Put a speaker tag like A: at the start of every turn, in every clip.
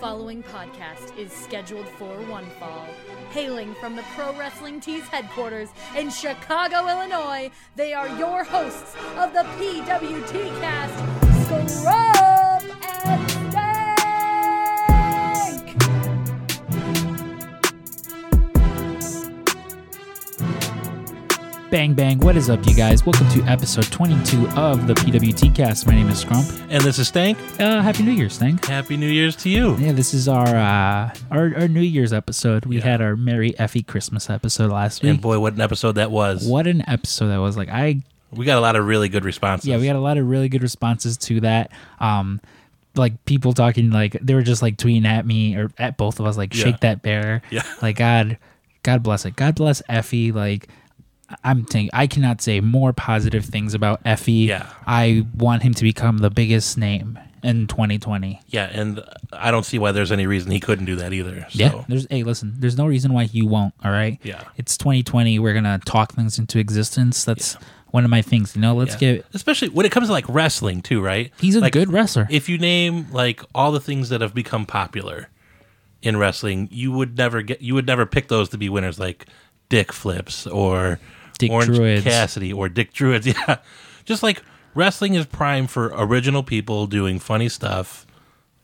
A: following podcast is scheduled for one fall. Hailing from the Pro Wrestling Tees headquarters in Chicago, Illinois, they are your hosts of the PWT cast, Scrub and Stank!
B: Bang bang, what is up you guys? Welcome to episode 22 of the PWT cast. My name is Scrump.
C: And this is Stank.
B: Uh happy New Year's thing.
C: Happy New Year's to you.
B: Yeah, this is our uh our, our New Year's episode. We had our Merry Effie Christmas episode last
C: And
B: week.
C: boy, what an episode that was.
B: What an episode that was. Like I
C: We got a lot of really good responses.
B: yeah, we got a lot of really good responses to that. Um like people talking like they were just like tweeting at me or at both of us like
C: Yeah.
B: shake that bear.
C: Yeah.
B: Like God God bless it. God bless Effie like I'm saying I cannot say more positive things about Effie.
C: Yeah.
B: I want him to become the biggest name in 2020.
C: Yeah, and I don't see why there's any reason he couldn't do that either. So.
B: Yeah. There's hey, listen. There's no reason why you won't. All right.
C: Yeah.
B: It's 2020. We're gonna talk things into existence. That's one of my things. You know. Let's
C: Yeah.
B: get.
C: Especially when it comes to like wrestling too, right?
B: He's a
C: Like,
B: good wrestler.
C: If you name like all the things that have become popular in wrestling, you would never get you would never pick those to be winners like Dick Flips or
B: Dick
C: Orange
B: Druids.
C: Cassidy or Dick Druids. Yeah. Just like wrestling is prime for original people doing funny stuff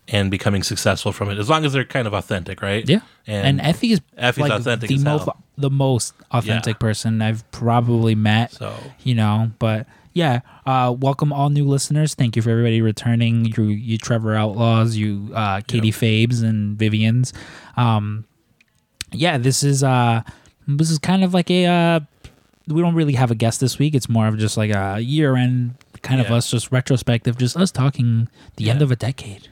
C: and becoming successful from it as long as they're kind of authentic, right?
B: yeah. And,
C: And,
B: Effie is
C: Effie's
B: like
C: authentic
B: the
C: as
B: most
C: hell.
B: the most authentic
C: Yeah.
B: person I've probably met.
C: So-
B: you know, but yeah. Uh, welcome all new listeners. Thank you for everybody returning. You, you Trevor Outlaws, you uh, Katie Fabes and Vivian's. Um, yeah, this is uh, this is kind of like a uh, we don't really have a guest this week. It's more of just like a year end kind of
C: Yeah.
B: us just retrospective, just us talking the end
C: Yeah.
B: of a decade,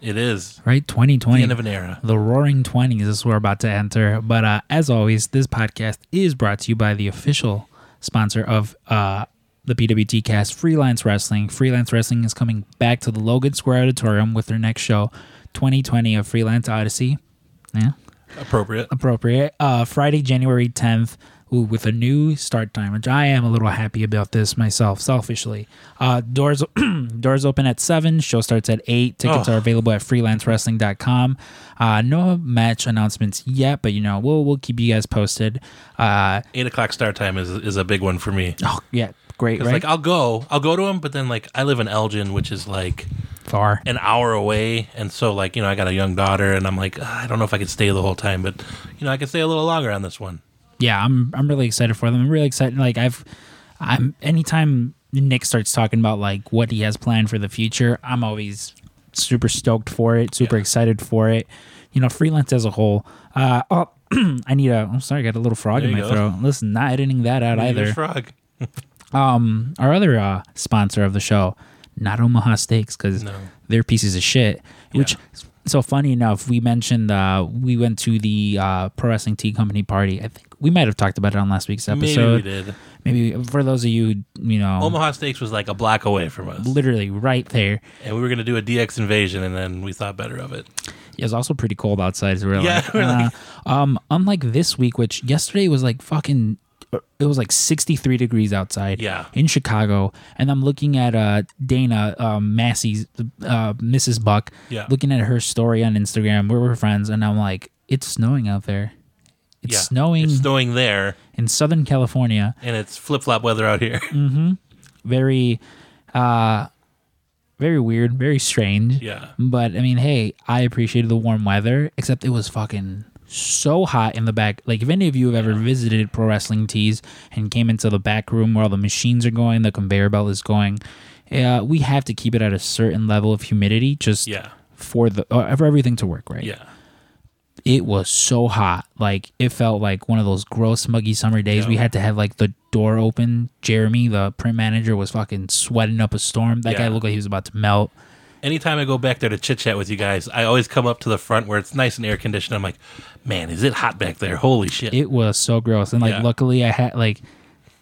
C: it is
B: right? Twenty
C: the
B: twenty.
C: end of an era.
B: The roaring 20s is we're about to enter. But uh, as always, this podcast is brought to you by the official sponsor of uh, the PWT cast, Freelance Wrestling. Freelance Wrestling is coming back to the Logan Square Auditorium with their next show, 2020 of Freelance Odyssey. Yeah,
C: Appropriate.
B: appropriate. Uh, Friday, January 10th. Ooh, with a new start time, which I am a little happy about this myself, selfishly. Uh, doors doors open at 7, show starts at 8. Tickets
C: Oh.
B: are available at freelancewrestling.com. Uh, no match announcements yet, but you know, we'll, we'll keep you guys posted. Uh,
C: Eight o'clock start time is is a big one for me.
B: oh, yeah, great,
C: 'Cause,
B: right?
C: Like uh, I'll go, I'll go to him, but then like I live in Elgin, which is like
B: Far.
C: an hour away, and so like you know I got a young daughter, and I'm like "Ugh, I don't know if I could stay the whole time, but you know I could stay a little longer on this one.
B: yeah, I'm I'm really excited for them. I'm really excited. Like I've, I'm anytime Nick starts talking about like what he has planned for the future, I'm always super stoked for it, super excited for it. You know, freelance as a whole. Uh, oh, I need a. I'm sorry, I got a little frog
C: There
B: in my
C: you go.
B: throat. Listen, not editing that out either.
C: There's Frog.
B: Um, our other uh, sponsor of the show, not Omaha Steaks, because
C: No.
B: they're pieces of shit. Which, so funny enough, we mentioned uh, we went to the uh, Pro Wrestling Tea Company party. I think we might have talked about it on last week's
C: Maybe
B: episode.
C: we did.
B: Maybe for those of you, who, you know,
C: Omaha Steaks was like a block away from us,
B: literally right there.
C: and we were gonna do a DX invasion, and then we thought better of it.
B: It was also pretty cold outside. So we were
C: Yeah,
B: like,
C: we're
B: uh, um, unlike this week, which yesterday was like fucking, it was like 63 degrees outside.
C: Yeah.
B: In Chicago. And I'm looking at uh, Dana um, Massey's, uh, Mrs. Buck,
C: Yeah.
B: looking at her story on Instagram. We're, we're friends. And I'm like, it's snowing out there. It's
C: yeah,
B: snowing
C: It's snowing there,
B: in Southern California.
C: and it's flip flop weather out here.
B: Very, uh, very weird, very strange.
C: yeah.
B: But I mean, hey, I appreciated the warm weather, except it was fucking so hot in the back. Like, if any of you have ever visited Pro Wrestling Tees and came into the back room where all the machines are going, the conveyor belt is going, uh, we have to keep it at a certain level of humidity just
C: Yeah.
B: for the uh, for everything to work right.
C: Yeah.
B: It was so hot, like it felt like one of those gross, muggy summer days. We
C: Yeah.
B: had to have like the door open. Jeremy, the print manager, was fucking sweating up a storm. That guy
C: Yeah.
B: looked like he was about to melt.
C: anytime I go back there to chit chat with you guys, I always come up to the front where it's nice and air conditioned. I'm like, man, is it hot back there? Holy shit.
B: it was so gross and like
C: Yeah.
B: luckily i had like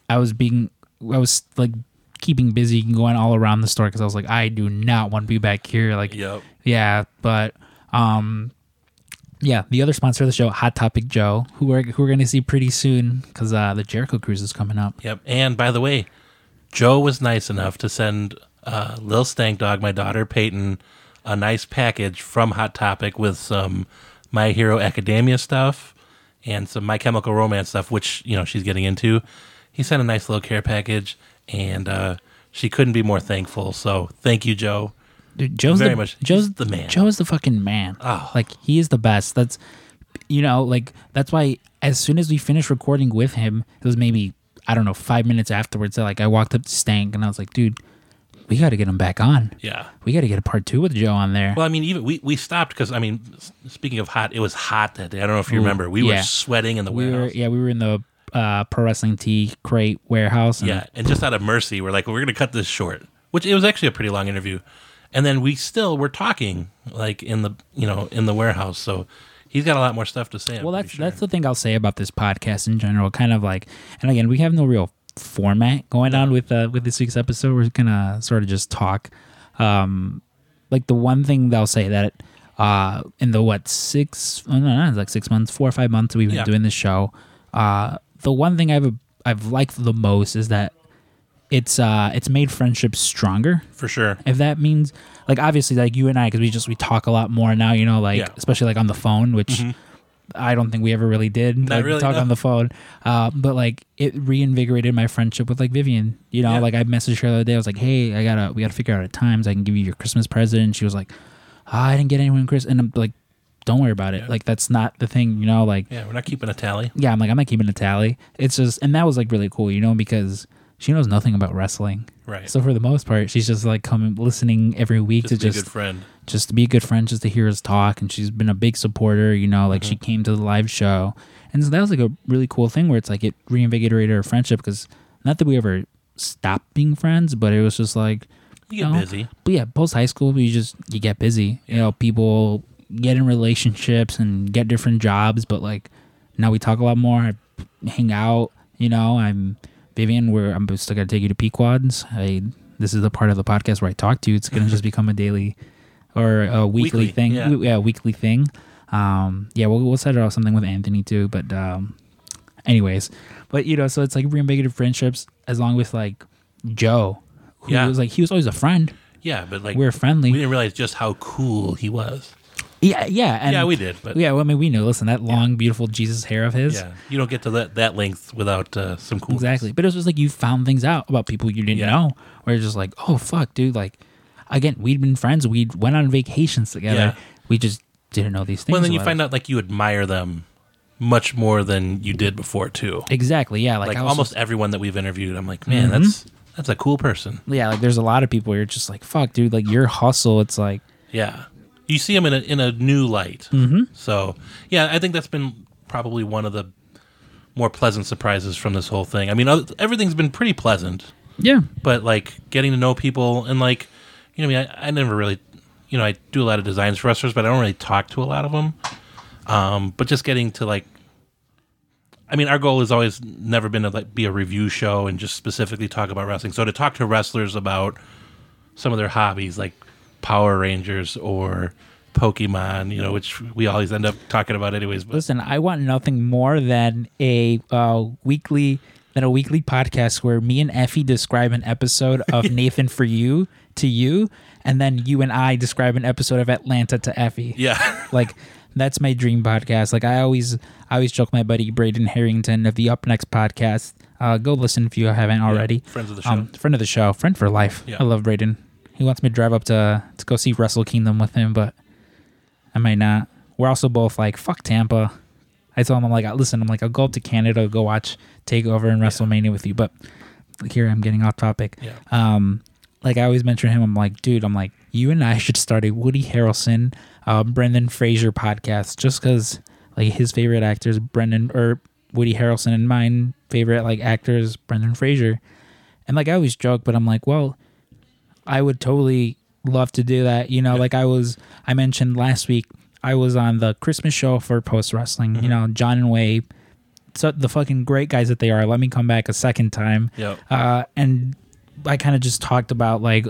B: i was being i was like keeping busy and going all around the store because i was like i do not want to be back here like
C: yep.
B: yeah but um yeah the other sponsor of the show hot topic joe who we're, who we're gonna see pretty soon because uh the jericho cruise is coming up
C: Yep. And by the way, Joe was nice enough to send uh, Lil Stank Dog, my daughter Peyton, a nice package from Hot Topic with some My Hero Academia stuff and some My Chemical Romance stuff, which you know she's getting into. He sent a nice little care package, and uh, she couldn't be more thankful. So thank you, Joe.
B: Dude, Joe's
C: Very
B: the,
C: much.
B: Joe's
C: He's the man.
B: Joe is the fucking man.
C: Oh.
B: Like he is the best. That's you know, like that's why as soon as we finished recording with him, it was maybe I don't know five minutes afterwards. That, like I walked up to Stank and I was like, dude, we got to get him back on.
C: Yeah.
B: We got to get a part two with Joe on there.
C: Well, I mean, even we, we stopped because I mean, s- speaking of hot, it was hot that day. I don't know if you
B: Ooh,
C: remember. We
B: yeah.
C: were sweating in the
B: we were
C: warehouse.
B: yeah we were in the uh, pro wrestling tea crate warehouse. And
C: Yeah, and just out of mercy, we're like, we're gonna cut this short, which it was actually a pretty long interview, and then we still were talking like in the you know in the warehouse. So he's got a lot more stuff to say. I'm
B: well that's
C: pretty sure.
B: that's the thing i'll say about this podcast in general kind of like and again we have no real format going on with uh with this week's episode we're gonna sort of just talk um like the one thing they'll say that uh in the what six oh, no, no it's like six months four or five months we've been
C: Yeah.
B: doing this show uh the one thing i've i've liked the most is that it's uh it's made friendships stronger
C: for sure.
B: if that means like obviously like you and i because we just we talk a lot more now you know like
C: Yeah. Mm-hmm.
B: especially like on the phone which i don't think we ever really did like,
C: really,
B: talk
C: no.
B: on the phone uh, but like it reinvigorated my friendship with like vivian you know
C: Yeah.
B: like i messaged her the other day i was like hey i gotta we gotta figure out a time so i can give you your christmas present and she was like Ah, i didn't get anyone chris and i'm like don't worry about it
C: Yeah.
B: like that's not the thing you know like
C: Yeah, we're not keeping a tally.
B: yeah i'm like i'm not keeping a tally it's just and that was like really cool you know because she knows nothing about wrestling
C: Right.
B: so for the most part, she's just like coming, listening every week
C: just
B: to
C: be a
B: just
C: good friend.
B: just to be a good friend, just to hear us talk. And she's been a big supporter. You know, like she came to the live show, and so that was like a really cool thing where it's like it reinvigorated our friendship because not that we ever stopped being friends, but it was just like
C: You get
B: know,
C: busy.
B: But yeah, post high school, you just you get busy. You know, people get in relationships and get different jobs, but like now we talk a lot more. I hang out. You know, I'm Vivian. Where I'm still gonna take you to Pequods. I this is the part of the podcast where I talk to you. It's gonna just become a daily or a weekly,
C: Weekly,
B: thing.
C: yeah.
B: We- yeah, weekly thing. Um, yeah, we'll we'll set out something with Anthony too, but um, anyways but you know so it's like reinvigorated friendships as long with like joe who
C: Yeah.
B: was like he was always a friend
C: Yeah, but like
B: we were friendly
C: we didn't realize just how cool he was.
B: yeah yeah and
C: yeah, we did, but yeah,
B: yeah well, i mean we know listen that long beautiful jesus hair of his
C: you don't get to that that length without uh, some cool.
B: exactly but it was just like you found things out about people you didn't
C: Yeah.
B: know or just like oh fuck dude like again we'd been friends we went on vacations together
C: Yeah.
B: we just didn't know these things
C: Well, then you
B: about
C: find out like you admire them much more than you did before too.
B: exactly yeah like,
C: Like
B: I was
C: almost everyone that we've interviewed, I'm like, man, that's that's a cool person.
B: yeah like there's a lot of people where you're just like fuck dude like your hustle it's like
C: Yeah, you see him in a in a new light. Mm-hmm. So yeah, I think that's been probably one of the more pleasant surprises from this whole thing. I mean, oth- everything's been pretty pleasant,
B: yeah
C: but like getting to know people and like you know, I mean, I, I never really, you know, I do a lot of designs for wrestlers, but I don't really talk to a lot of them. Um, but just getting to like. I mean, our goal has always never been to like be a review show and just specifically talk about wrestling. So to talk to wrestlers about some of their hobbies like Power Rangers or Pokemon, you know, which we always end up talking about anyways. But
B: Listen, I want nothing more than a uh, weekly than a weekly podcast where me and Effie describe an episode of Nathan for you to you, and then you and I describe an episode of Atlanta to Effie.
C: yeah,
B: Like that's my dream podcast. Like I always I always joke my buddy Braden Harrington of the Up Next podcast. Uh, go listen if you haven't already.
C: friends of the
B: Um, friend of the show, friend for life.
C: Yeah.
B: I love Braden. He wants me to drive up to to go see Wrestle Kingdom with him, but I might not. We're also both like fuck Tampa. I told him I'm like, listen, I'm like, I'll go up to Canada, go watch Takeover and WrestleMania with you, but like, here I'm getting off topic.
C: Yeah.
B: Um, like I always mention him, I'm like, dude, I'm like, you and I should start a Woody Harrelson, uh, Brendan Fraser podcast, just because like his favorite actors, Brendan or Woody Harrelson, and mine favorite like actors, Brendan Fraser. And like I always joke, but I'm like, well, I would totally love to do that. You know, like I was, I mentioned last week, I was on the Christmas show for post wrestling. You know, John and Way, so the fucking great guys that they are. Let me come back a second time.
C: Yep.
B: Uh, and I kind of just talked about like,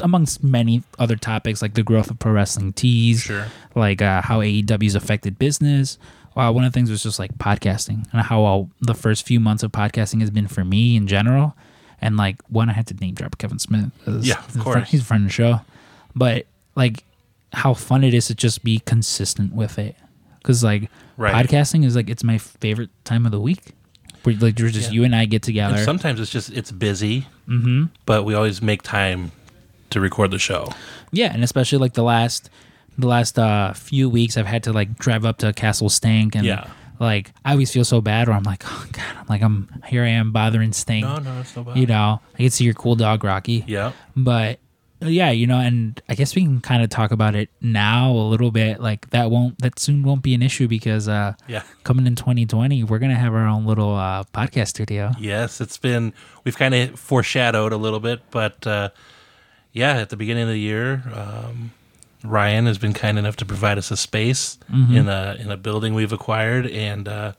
B: amongst many other topics, like the growth of pro wrestling tees,
C: Sure.
B: like uh, how AEW's affected business. Uh, one of the things was just like podcasting and how all the first few months of podcasting has been for me in general. And like one, I had to name drop Kevin Smith. 'cause
C: Yeah, of
B: he's a fri-
C: course.
B: He's a friend of the show. But like how fun it is to just be consistent with it. Because like
C: Right.
B: podcasting is like it's my favorite time of the week. Where like there's just
C: Yeah.
B: you and I get together.
C: And sometimes it's just it's busy, mm-hmm. but we always make time to record the show.
B: Yeah, and especially like the last the last uh few weeks I've had to like drive up to Castle Stank and
C: Yeah.
B: like I always feel so bad where I'm like, Oh god, I'm like I'm here I am bothering Stank.
C: No, no, it's no bad.
B: You know, I can see your cool dog Rocky.
C: Yeah.
B: But uh, yeah, you know, and I guess we can kind of talk about it now a little bit. Like that won't that soon won't be an issue because uh
C: Yeah.
B: coming in 2020, we're going to have our own little uh podcast studio.
C: Yes, it's been we've kind of foreshadowed a little bit, but uh, yeah, at the beginning of the year, um, Ryan has been kind enough to provide us a space
B: Mm-hmm.
C: in a in a building we've acquired, and uh,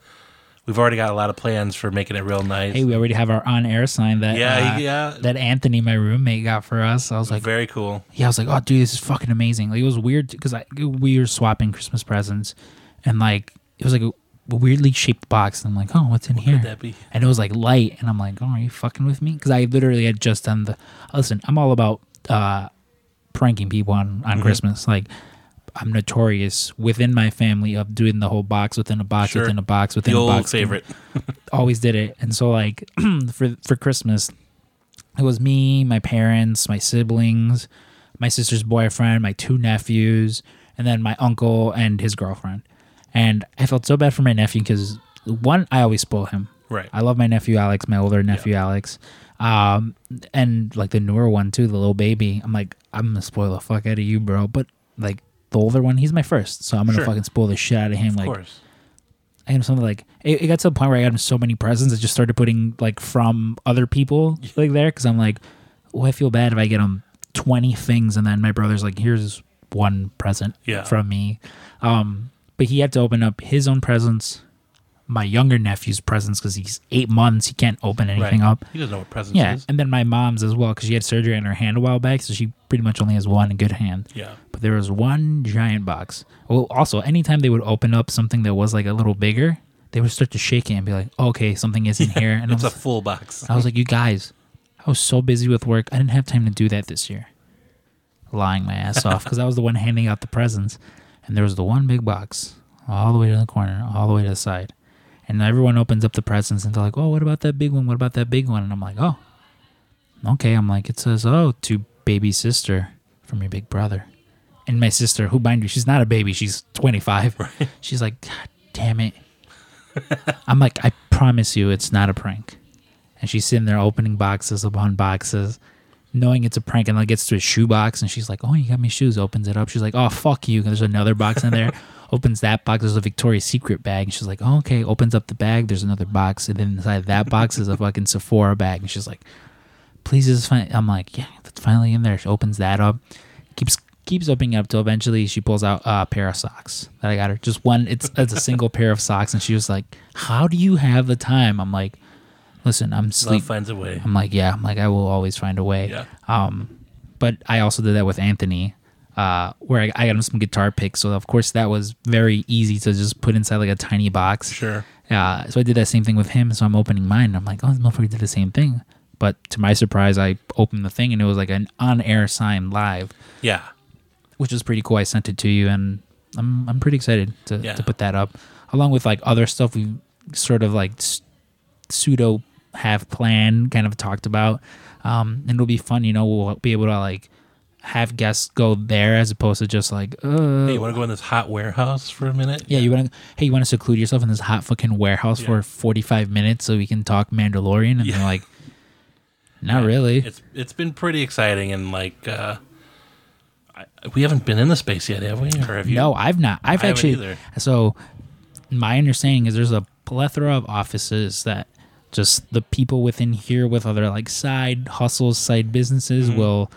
C: we've already got a lot of plans for making it real nice.
B: Hey, we already have our on-air sign that
C: Yeah,
B: uh,
C: yeah.
B: that Anthony, my roommate, got for us. I was like,
C: Very cool.
B: yeah, I was like, oh, dude, this is fucking amazing. Like, it was weird because we were swapping Christmas presents, and like it was like a weirdly shaped box. And I'm like, oh, what's in here?
C: could that be?
B: And it was like light, and I'm like, oh, are you fucking with me? Because I literally had just done the. Listen, I'm all about uh, pranking people on
C: Mm-hmm.
B: on Christmas. Like, I'm notorious within my family of doing the whole box within a box
C: Sure.
B: within a box
C: The
B: within a
C: old
B: box
C: favorite.
B: always did it. And so like for for Christmas, it was me, my parents, my siblings, my sister's boyfriend, my two nephews, and then my uncle and his girlfriend. And I felt so bad for my nephew because one, I always spoil him.
C: Right.
B: I love my nephew Alex, my older nephew Alex, um, and like the newer one too, the little baby. I'm like, I'm gonna spoil the fuck out of you, bro. But like the older one, he's my first, so I'm gonna
C: Sure.
B: fucking spoil the shit out of him.
C: of
B: like,
C: course.
B: I got him something like it, it got to the point where I got him so many presents. I just started putting like from other people like there because I'm like, well, I feel bad if I get him twenty things and then my brother's like, here's one present
C: Yeah.
B: from me. Um, but he had to open up his own presents, my younger nephew's presents because he's eight months. He can't open anything
C: right.
B: up.
C: He doesn't know what presents
B: Yeah,
C: is.
B: and then my mom's as well because she had surgery on her hand a while back, so she pretty much only has one good hand
C: Yeah.
B: but there was one giant box. Well, also, anytime they would open up something that was like a little bigger, they would start to shake it and be like, "Okay, something is in here." And I
C: It's
B: was,
C: a full box.
B: I was like, "You guys, I was so busy with work, I didn't have time to do that this year." Lying my ass off because I was the one handing out the presents, and there was the one big box all the way to the corner, all the way to the side, and everyone opens up the presents and they're like, "Oh, what about that big one? What about that big one?" And I'm like, "Oh, okay." I'm like, "It says, oh, to baby sister from your big brother." and my sister, who mind you, she's not a baby, she's 25. She's like, God damn it. I'm like, I promise you, it's not a prank. And she's sitting there opening boxes upon boxes, knowing it's a prank, and like gets to a shoe box, and she's like, Oh, you got me shoes. Opens it up. She's like, Oh, fuck you. There's another box in there. Opens that box. There's a Victoria's Secret bag. And she's like, oh, okay. Opens up the bag. There's another box. And then inside that box is a fucking Sephora bag. And she's like, please just find I'm like, yeah, that's finally in there. She opens that up, keeps keeps opening it up till eventually she pulls out a pair of socks that I got her. Just one it's it's a single pair of socks and she was like, How do you have the time? I'm like, listen, I'm
C: Love
B: sleep
C: finds a way.
B: I'm like, yeah, I'm like I will always find a way.
C: Yeah.
B: Um but I also did that with Anthony. Uh, where I, I got him some guitar picks, so of course that was very easy to just put inside like a tiny box.
C: Sure.
B: Yeah, so I did that same thing with him. So I'm opening mine. and I'm like, oh, this motherfucker did the same thing. But to my surprise, I opened the thing and it was like an on-air sign live,
C: Yeah.
B: which was pretty cool. I sent it to you, and I'm I'm pretty excited to,
C: Yeah.
B: to put that up, along with like other stuff we sort of like s- pseudo have planned, kind of talked about. Um, and it'll be fun, you know. We'll be able to like have guests go there as opposed to just like, uh,
C: Hey, you want to go in this hot warehouse for a minute?
B: yeah, you want to? Hey, you want to seclude yourself in this hot fucking warehouse for forty five minutes so we can talk Mandalorian? And
C: Yeah.
B: they're like, not really.
C: It's it's been pretty exciting and like uh I, we haven't been in the space yet, have we? Or have you?
B: No, I've not. I've
C: I haven't
B: actually.
C: either.
B: So, my understanding is there's a plethora of offices that just the people within here with other like side hustles, side businesses will,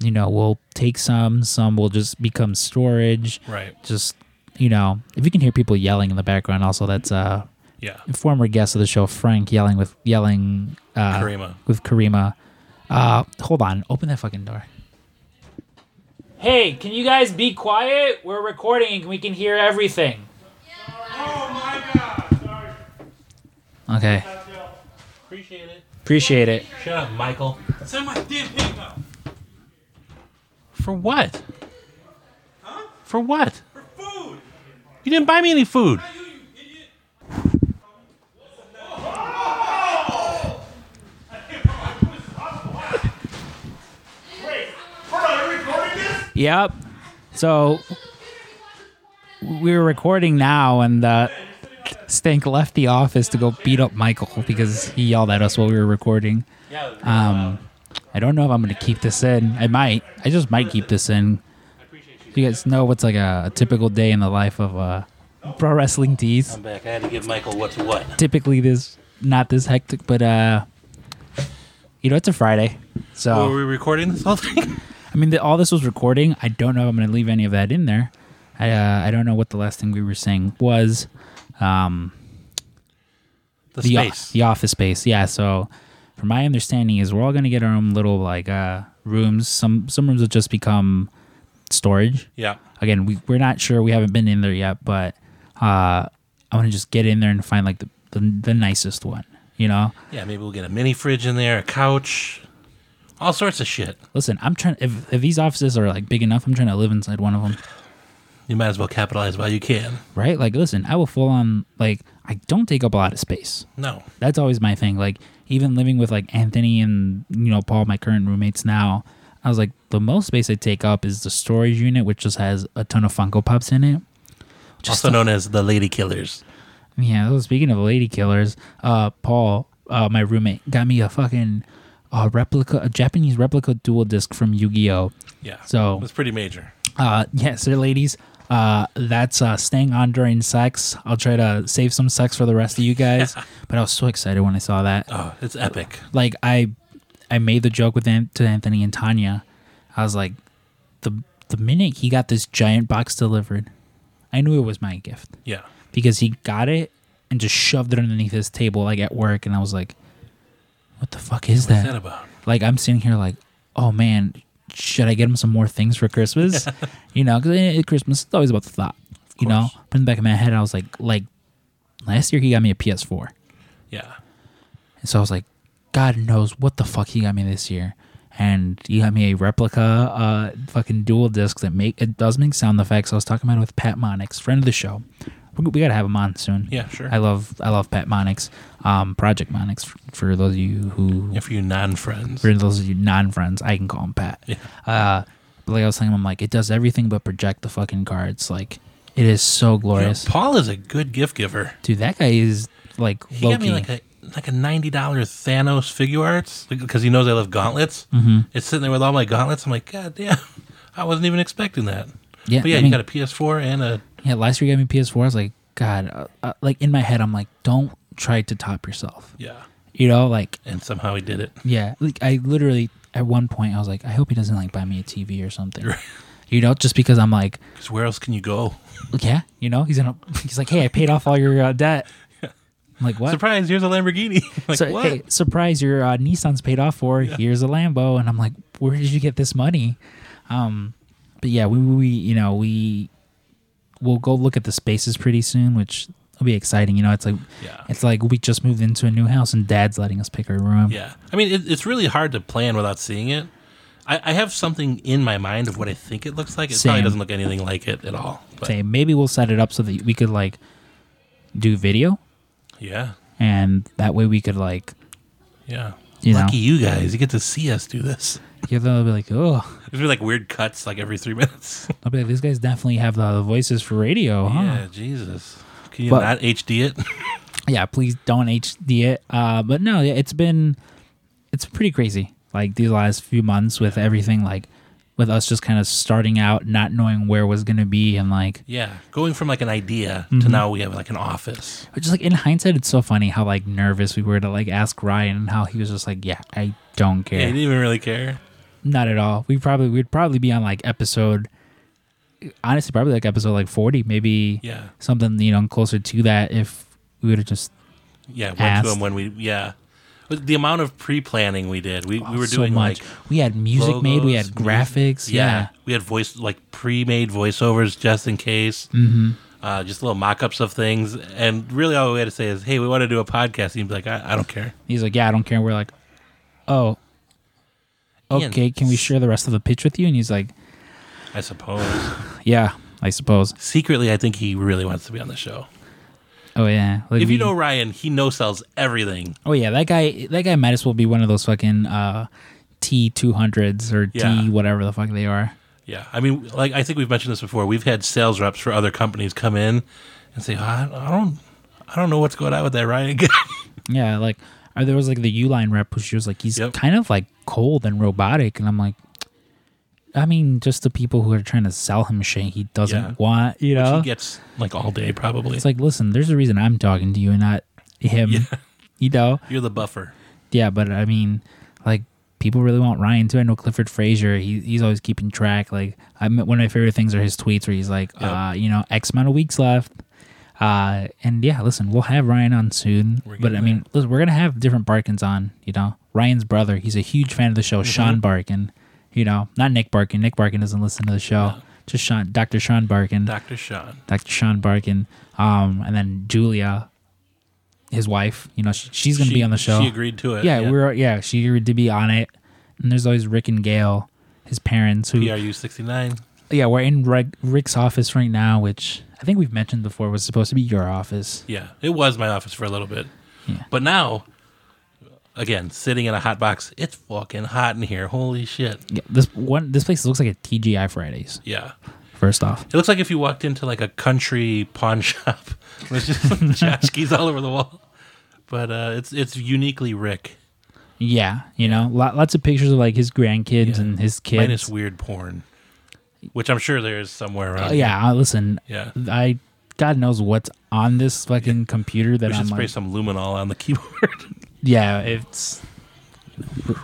B: you know, will take some. Some will just become storage.
C: Right.
B: Just you know, if you can hear people yelling in the background, also that's uh
C: Yeah.
B: former guest of the show, Frank, yelling with yelling uh,
C: Karima.
B: with Karima. Uh, hold on, open that fucking door. Hey, can you guys be quiet? We're recording and we can hear everything.
D: Oh my god! Sorry.
B: Okay,
C: Appreciate it.
B: appreciate it.
C: Shut up, Michael.
D: Send my damn pig now.
C: For what? For what?
D: For food!
C: You didn't buy me any food.
D: You, you idiot! Wait, hold on, are you recording this?
B: Yep. So we were recording now, and uh, Stank left the office to go beat up Michael because he yelled at us while we were recording. Um, I don't know if I'm going to keep this in. I might. I just might keep this in. You guys know what's like a, a typical day in the life of uh, pro wrestling tees.
C: I'm back. I had to give Michael what's what.
B: Typically, this not this hectic, but uh, you know, it's a Friday, so.
C: Oh. Were we recording this whole thing?
B: I mean, the, all this was recording. I don't know if I'm going to leave any of that in there. I uh, I don't know what the last thing we were saying was. Um,
C: The
B: the o-
C: space.
B: the office space. Yeah. So, from my understanding, is we're all going to get our own little like uh, rooms. Some some rooms will just become storage.
C: yeah.
B: Again, we we're not sure. We haven't been in there yet, but uh, I want to just get in there and find like the, the the nicest one. You know.
C: Yeah, maybe we'll get a mini fridge in there, a couch, all sorts of shit.
B: Listen, I'm trying. If, if these offices are like big enough, I'm trying to live inside one of them.
C: You might as well capitalize while you can.
B: right? Like, listen, I will full on like I don't take up a lot of space.
C: No.
B: That's always my thing. Like, even living with like Anthony and you know Paul, my current roommates now, I was like the most space I take up is the storage unit, which just has a ton of Funko Pops in it. Just
C: also known as the lady killers.
B: Yeah. well, Speaking of lady killers, uh, Paul, uh, my roommate, got me a fucking uh, replica, a Japanese replica dual disc from Yu-Gi-Oh.
C: Yeah.
B: So-
C: it was pretty major.
B: Uh, yes, sir, ladies. Uh, that's uh, staying on during sex. I'll try to save some sex for the rest of you guys. But I was so excited when I saw that.
C: Oh, it's epic.
B: Like I, I made the joke with An- to Anthony and Tanya. I was like, the the minute he got this giant box delivered, I knew it was my gift
C: Yeah.
B: because he got it and just shoved it underneath his table like at work, and I was like, what the fuck is
C: What's
B: that?
C: that about?
B: like I'm sitting here like, oh man, should I get him some more things for Christmas? you know, because at Christmas it's always about the thought. You know,
C: course.
B: but in the back of my head, I was like, like last year he got me a PS4,
C: Yeah.
B: and so I was like, God knows what the fuck he got me this year, and he got me a replica, uh, fucking dual disc that make it does make sound effects. I was talking about it with Pat Monix, friend of the show. We, we gotta have him on soon.
C: Yeah, sure.
B: I love I love Pat Monix, um, Project Monix for, for those of you who
C: Yeah, for you non friends.
B: for those of you non-friends, I can call him Pat. Uh, but like I was telling him, I'm like, it does everything but project the fucking cards. Like, it is so glorious,
C: Paul is a good gift giver.
B: dude. That guy is like
C: He
B: Loki.
C: got me like a like a ninety dollar Thanos figure arts because he knows I love gauntlets. Mm-hmm. It's sitting there with all my gauntlets. I'm like, God damn, I wasn't even expecting that.
B: Yeah,
C: but yeah,
B: I
C: you
B: mean-
C: got a PS4 and a
B: yeah, last year he got me PS4. I was like, God, uh, uh, like in my head, I'm like, don't try to top yourself.
C: yeah,
B: You know, like
C: and somehow he did it.
B: yeah, like I literally at one point I was like, I hope he doesn't like buy me a TV or something. You know, just because I'm like,
C: Because where else can you go?
B: yeah, you know, he's gonna, he's like, hey, I paid off all your uh, debt. I'm like, what?
C: Surprise! Here's a Lamborghini. like
B: so,
C: what?
B: hey, surprise, your uh, Nissan's paid off for. Here's a Lambo. And I'm like, where did you get this money? Um, but yeah, we, we, you know, we will go look at the spaces pretty soon, which will be exciting. You know, it's like,
C: Yeah.
B: it's like we just moved into a new house and dad's letting us pick our room.
C: Yeah, I mean, it, it's really hard to plan without seeing it. I, I have something in my mind of what I think it looks like. It
B: Same.
C: probably doesn't look anything like it at all. But
B: Say, maybe we'll set it up so that we could like do video
C: yeah,
B: and that way we could like,
C: yeah.
B: You know.
C: Lucky you guys, you get to see us do this.
B: yeah, they'll be like, oh,
C: There's be like weird cuts like every three minutes.
B: I'll be like, these guys definitely have the voices for radio, huh?
C: Yeah, Jesus. Can you
B: Ah. But-
C: not HD it?
B: yeah please don't hd it uh but no yeah, it's been it's pretty crazy like these last few months with everything like with us just kind of starting out not knowing where was gonna be and like
C: yeah, going from like an idea
B: Mm-hmm.
C: to now we have like an office.
B: just like in hindsight it's so funny how like nervous we were to like ask ryan and how he was just like yeah i don't care
C: Yeah, you didn't even really care.
B: not at all we probably we'd probably be on like episode honestly probably like episode like 40 maybe
C: Yeah,
B: something you know closer to that if we would have just
C: yeah. Went
B: Asked.
C: to him when we yeah. But The amount of pre-planning we did, we, we were
B: Oh, so
C: doing
B: much
C: like
B: we had music made we had
C: logos, music.
B: graphics yeah.
C: we had voice like pre-made voiceovers just in case. Mm-hmm. Uh, just little mock-ups of things, and really all we had to say is, "Hey, we want to do a podcast." And he'd be like, "I, I don't care."
B: He's like, yeah, I don't care. We're like, oh,
C: Ian.
B: okay. Can we share the rest of the pitch with you? And he's like,
C: I suppose.
B: yeah, I suppose.
C: Secretly, I think he really wants to be on the show.
B: Oh yeah. Like,
C: If you
B: we-
C: know Ryan, he no sells everything.
B: Oh yeah, that guy. That guy might as well be one of those fucking uh, T two hundreds or
C: Yeah.
B: T whatever the fuck they are.
C: Yeah, I mean, like I think we've mentioned this before. We've had sales reps for other companies come in and say, "I, I don't, I don't know what's going on with that Ryan guy."
B: Yeah, like uh, there was like the U line rep who she was like, he's
C: Yep.
B: kind of like cold and robotic, and I'm like, I mean, just the people who are trying to sell him shit he doesn't
C: Yeah.
B: want, you know.
C: he gets like all day probably.
B: it's like, listen, there's a reason I'm talking to you and not him, you know.
C: You're the buffer.
B: Yeah, but I mean, like people really want Ryan too. I know Clifford Frazier. He, he's always keeping track. Like I am one of my favorite things are his tweets where he's like, uh, you know, X amount of weeks left. Uh, and yeah, listen, we'll have Ryan on soon. But I
C: getting
B: mean, listen, we're gonna have different Barkins on. You know, Ryan's brother. He's a huge fan of the show, Sean Barkin. You know, not Nick Barkin. Nick Barkin doesn't listen to the show. Just Sean, Dr. Sean Barkin.
C: Dr. Sean.
B: Dr. Sean Barkin, um, and then Julia, his wife. You know, she, she's gonna
C: She-
B: be on the show.
C: she agreed to it,
B: Yeah,
C: yeah.
B: we were. Yeah, she agreed to be on it. And there's always Rick and Gail, his parents. Who? Yeah,
C: PRU 69.
B: we're in Rick, Rick's office right now, which I think we've mentioned before was supposed to be your office.
C: Yeah, it was my office for a little bit.
B: Yeah.
C: But now, again, sitting in a hot box, it's fucking hot in here. Holy shit.
B: Yeah, this one, this place looks like a TGI Fridays.
C: Yeah.
B: First off,
C: It looks like if you walked into like a country pawn shop, there's just tchotchkes all over the wall. But uh, it's it's uniquely Rick,
B: yeah, you know, lo- lots of pictures of like his grandkids
C: Yeah.
B: and his kids.
C: minus weird porn, which I'm sure there is somewhere around.
B: Uh, yeah, uh, listen,
C: Yeah.
B: I God knows what's on this fucking computer that
C: We
B: I'm
C: should spray
B: like,
C: some luminol on the keyboard.
B: yeah, it's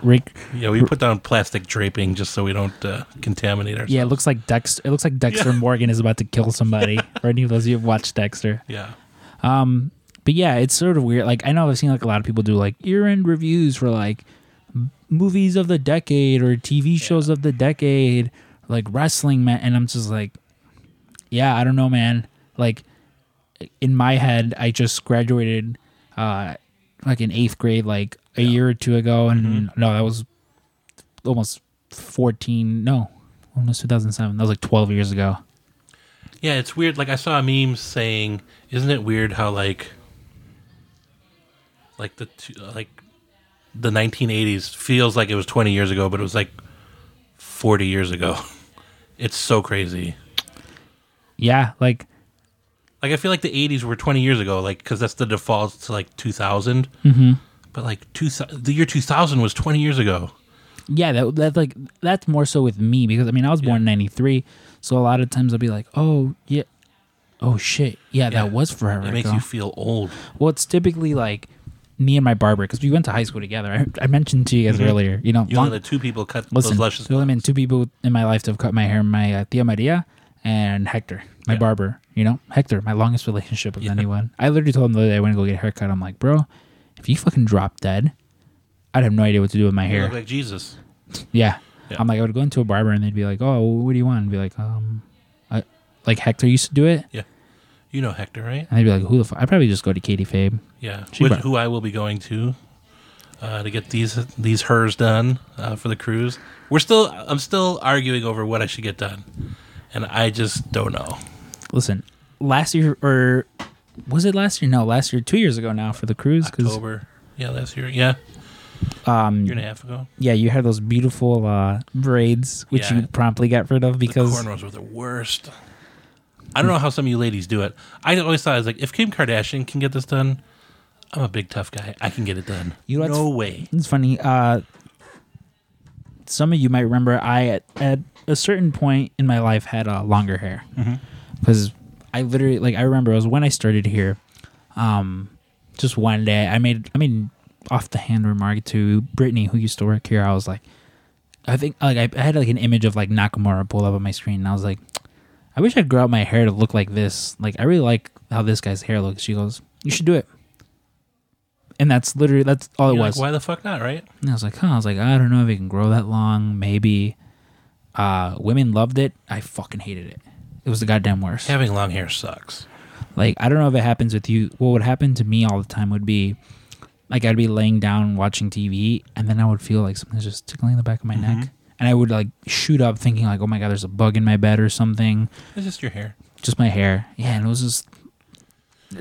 B: Rick.
C: yeah, we put down plastic draping just so we don't uh, contaminate ourselves.
B: Yeah, it looks like Dexter. It looks like Dexter Morgan is about to kill somebody. Or any of those you've watched Dexter,
C: Yeah.
B: but yeah, it's sort of weird. Like I know I've seen like a lot of people do like year-end reviews for like m- movies of the decade or TV shows of the decade, like wrestling. Man, and I'm just like, yeah, I don't know, man. Like in my head, I just graduated, uh, like in eighth grade, like a year or two ago, and no, that was almost fourteen. No, almost 2007. That was like 12 years ago.
C: Yeah, it's weird. Like I saw a meme saying, "Isn't it weird how like, like the two, like, the 1980s feels like it was 20 years ago, but it was like 40 years ago. It's so crazy.
B: Yeah, like
C: Like I feel like the 80s were 20 years ago, like because that's the default to like 2000. But like two, the year 2000 was 20 years ago.
B: Yeah, that that's like that's more so with me because I mean I was born in '93, so a lot of times I'll be like, oh yeah, oh shit, yeah,
C: Yeah.
B: that was forever
C: It makes
B: ago.
C: you feel old.
B: well, it's typically like me and my barber because we went to high school together. I, I mentioned to you guys earlier, you know,
C: Mm-hmm. You
B: long-
C: only let two people cut
B: listen,
C: those luscious.
B: there only been two people in my life to have cut my hair: my uh, Tia Maria and Hector, my
C: Yeah.
B: barber. You know, Hector, my longest relationship with anyone. I literally told him the other day I went to go get a haircut. I'm like, bro, if you fucking drop dead, I'd have no idea what to do with my
C: You
B: hair.
C: look like Jesus.
B: Yeah.
C: Yeah.
B: I'm like, I would go into a barber and they'd be like, oh, what do you want? And be like, um, I, like Hector used to do it.
C: Yeah, you know Hector, right?
B: And they'd be like, who the fuck? I'd probably just go to Katie Fabe.
C: Yeah,
B: She
C: which-
B: brought-
C: who I will be going to uh, to get these these hers done uh, for the cruise. We're still I'm still arguing over what I should get done, and I just don't know.
B: Listen, last year, or was it last year? No, last year, two years ago now for the cruise. Because,
C: October, yeah, last year, yeah,
B: um,
C: year and a half ago.
B: yeah, you had those beautiful uh, braids, which
C: Yeah.
B: you promptly got rid of because,
C: Cornrows were the worst. I don't know how some of you ladies do it. I always thought I was like, if Kim Kardashian can get this done, I'm a big tough guy. I can get it done.
B: You know, it's-
C: no way.
B: it's funny. Uh, some of you might remember I, at, at a certain point in my life, had uh, longer hair.
C: Mm-hmm.
B: Because I literally, like, I remember it was when I started here. um, just one day i made i mean off the hand remark to brittany who used to work here i was like i think like i, I had like an image of like nakamura pull up on my screen and i was like i wish i'd grow out my hair to look like this like i really like how this guy's hair looks she goes you should do it and that's literally that's all it
C: You're
B: was
C: Like, Why the fuck not? Right?
B: and I was like, huh. I was like, I don't know if it can grow that long. Maybe. Uh, women loved it. I fucking hated it. It was the goddamn worst.
C: Having long hair sucks.
B: Like, I don't know if it happens with you. What would happen to me all the time would be like I'd be laying down watching TV and then I would feel like something's just tickling the back of my neck. and I would like shoot up thinking like, oh my god, there's a bug in my bed or something.
C: It's just your hair.
B: Just my hair. Yeah, and it was just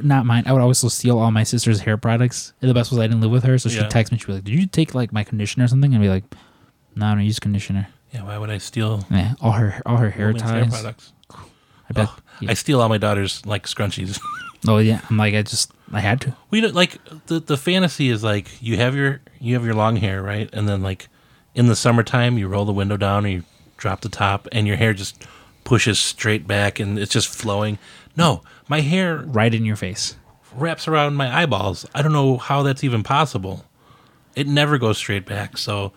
B: not mine. I would also steal all my sister's hair products. And the best was I didn't live with her, so
C: Yeah.
B: she'd text me. She'd be like, "Did you take like my conditioner or something?" And I'd be like, "No, I don't use conditioner."
C: Yeah, why would I steal
B: Yeah, all her all her hair
C: women's hair
B: ties.
C: products?
B: I bet.
C: Ugh,
B: yeah.
C: I steal all my daughter's like scrunchies.
B: oh yeah, I'm like I just I had to.
C: we don't like the the fantasy is like you have your you have your long hair right, and then like in the summertime you roll the window down or you drop the top, and your hair just pushes straight back and it's just flowing. No, my hair
B: Right in your face.
C: wraps around my eyeballs. I don't know how that's even possible. It never goes straight back, so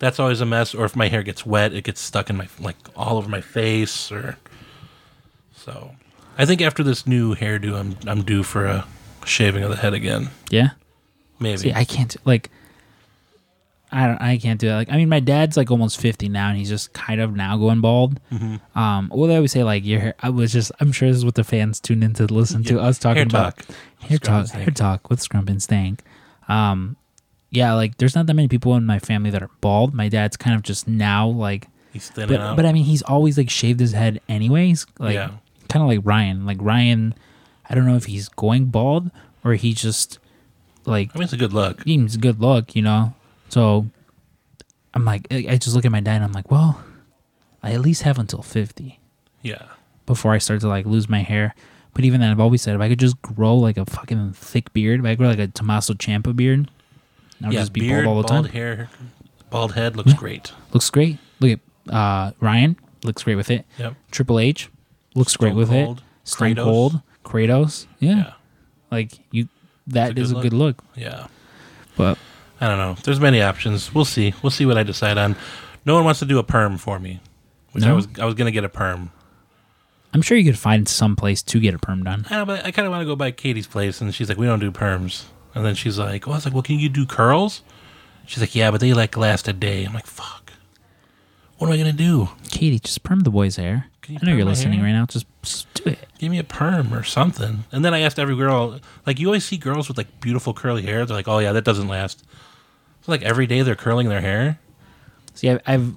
C: that's always a mess. Or if my hair gets wet, it gets stuck in my like all over my face. Or so, I think after this new hairdo, I'm I'm due for a shaving of the head again.
B: Yeah.
C: Maybe
B: See, I can't like. I don't. I can't do that. Like, I mean, my dad's like almost fifty now, and he's just kind of now going bald.
C: Mm-hmm.
B: Um, well, they always say like your hair. I was just. I'm sure this is what the fans tuned in to listen to
C: Yeah,
B: us talking
C: hair
B: about
C: talk.
B: hair
C: Scrump
B: talk,
C: and
B: hair
C: stank.
B: talk with Scrump and Stank. Um, yeah, like there's not that many people in my family that are bald. My dad's kind of just now like,
C: he's thinning
B: but
C: out.
B: but I mean, he's always like shaved his head anyways. Like,
C: Yeah.
B: kind of like Ryan. Like Ryan, I don't know if he's going bald or he just like
C: I mean, it's a good look.
B: it's a good look, you know. So I'm like, I I just look at my dad and I'm like, well, I at least have until 50
C: Yeah,
B: before I start to like lose my hair. But even then, I've always said if I could just grow like a fucking thick beard, if I grow like a Tommaso Champa beard, I would
C: yeah.
B: just be
C: beard,
B: bald all the time.
C: hair, bald head looks great.
B: Looks great. Look at uh, Ryan, looks great with it.
C: Yep.
B: Triple H, looks great with
C: Cold,
B: it. Stone
C: Kratos.
B: Cold, Kratos, yeah.
C: Yeah,
B: like you, that
C: a
B: is a
C: good
B: good look.
C: yeah.
B: But
C: I don't know. There's many options. We'll see. We'll see what I decide on. No one wants to do a perm for me, which I
B: No?
C: was I was gonna get a perm.
B: I'm sure you could find some place to get a perm done.
C: I know, but I kind of want to go by Katie's place, and she's like, "We don't do perms." And then she's like, "Oh, I was like, well, can you do curls?" She's like, "Yeah, but they like last a day." I'm like, "Fuck, what am I gonna do?
B: Katie, just perm the boy's hair.
C: Can you
B: I know
C: perm
B: you're
C: my
B: listening
C: hair?
B: right now. Just, just do it.
C: Give me a perm or something." And then I asked every girl, like, you always see girls with like beautiful curly hair. They're like, "Oh yeah, that doesn't last." So like every day they're curling their hair.
B: See, I've, I've,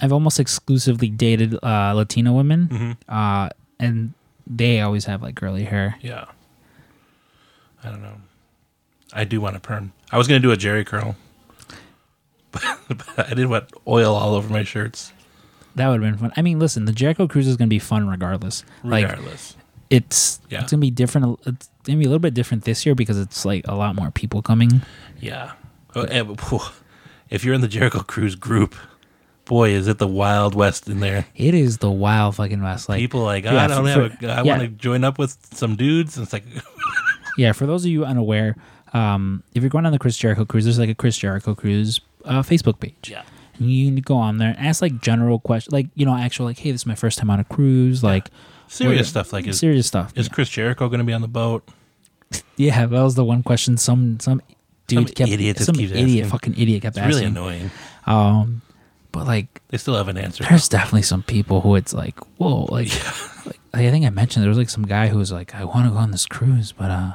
B: I've almost exclusively dated uh, Latino women,
C: Mm-hmm.
B: uh, and they always have like curly hair.
C: Yeah. I don't know. I do want a perm. I was gonna do a Jerry curl, but, but I didn't want oil all over my shirts.
B: That would have been fun. I mean, listen, the Jericho Cruise is gonna be fun regardless. Like,
C: Regardless,
B: it's
C: Yeah.
B: it's gonna be different. It's gonna be a little bit different this year because it's like a lot more people coming.
C: yeah. Oh, eh, but, phew, If you're in the Jericho Cruise group, boy, is it the Wild West in there.
B: It is the wild fucking west. Like
C: People like
B: Yeah,
C: I don't
B: for-
C: have. A, I
B: yeah.
C: want to join up with some dudes. And it's like
B: Yeah, for those of you unaware, um, if you're going on the Chris Jericho cruise, there's like a Chris Jericho cruise uh, Facebook page.
C: Yeah.
B: And you can go on there and ask like general questions, like you know, actual like, hey, this is my first time on a cruise, like
C: serious
B: what-
C: stuff. Like is
B: serious stuff.
C: is Chris Jericho going to be on the boat?
B: yeah, that was the one question some some dude
C: Some
B: kept
C: idiot just
B: some
C: keeps
B: idiot
C: asking.
B: fucking idiot kept
C: It's
B: asking.
C: really annoying.
B: Um, but like,
C: They still haven't answered.
B: there's definitely some people who it's like, whoa, like, like, like, I think I mentioned there was like some guy who was like, I want to go on this cruise, but uh,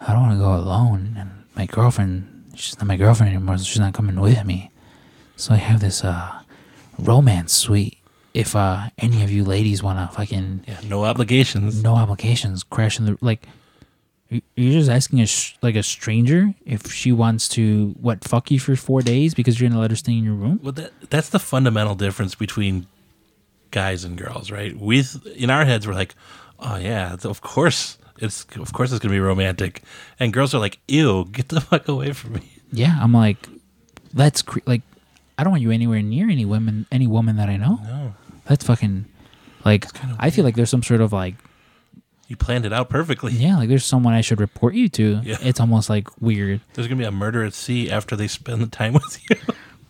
B: I don't want to go alone, and my girlfriend, she's not my girlfriend anymore, so she's not coming with me. So I have this uh, romance suite. If uh, any of you ladies want to fucking
C: Yeah, no obligations.
B: no obligations crash in the like, you- you're just asking a sh- like a stranger if she wants to what fuck you for four days because you're gonna let her stay in your room.
C: Well, that that's the fundamental difference between guys and girls, right? We th- in our heads we're like, oh yeah, th- of course it's of course it's gonna be romantic, and girls are like, ew, get the fuck away from me.
B: yeah i'm like that's cre- like i don't want you anywhere near any women any woman that i know
C: No,
B: that's fucking like i feel like there's some sort of like
C: you planned it out perfectly.
B: yeah like there's someone i should report you to
C: Yeah.
B: it's almost like weird
C: There's gonna be a murder at sea after they spend the time with you.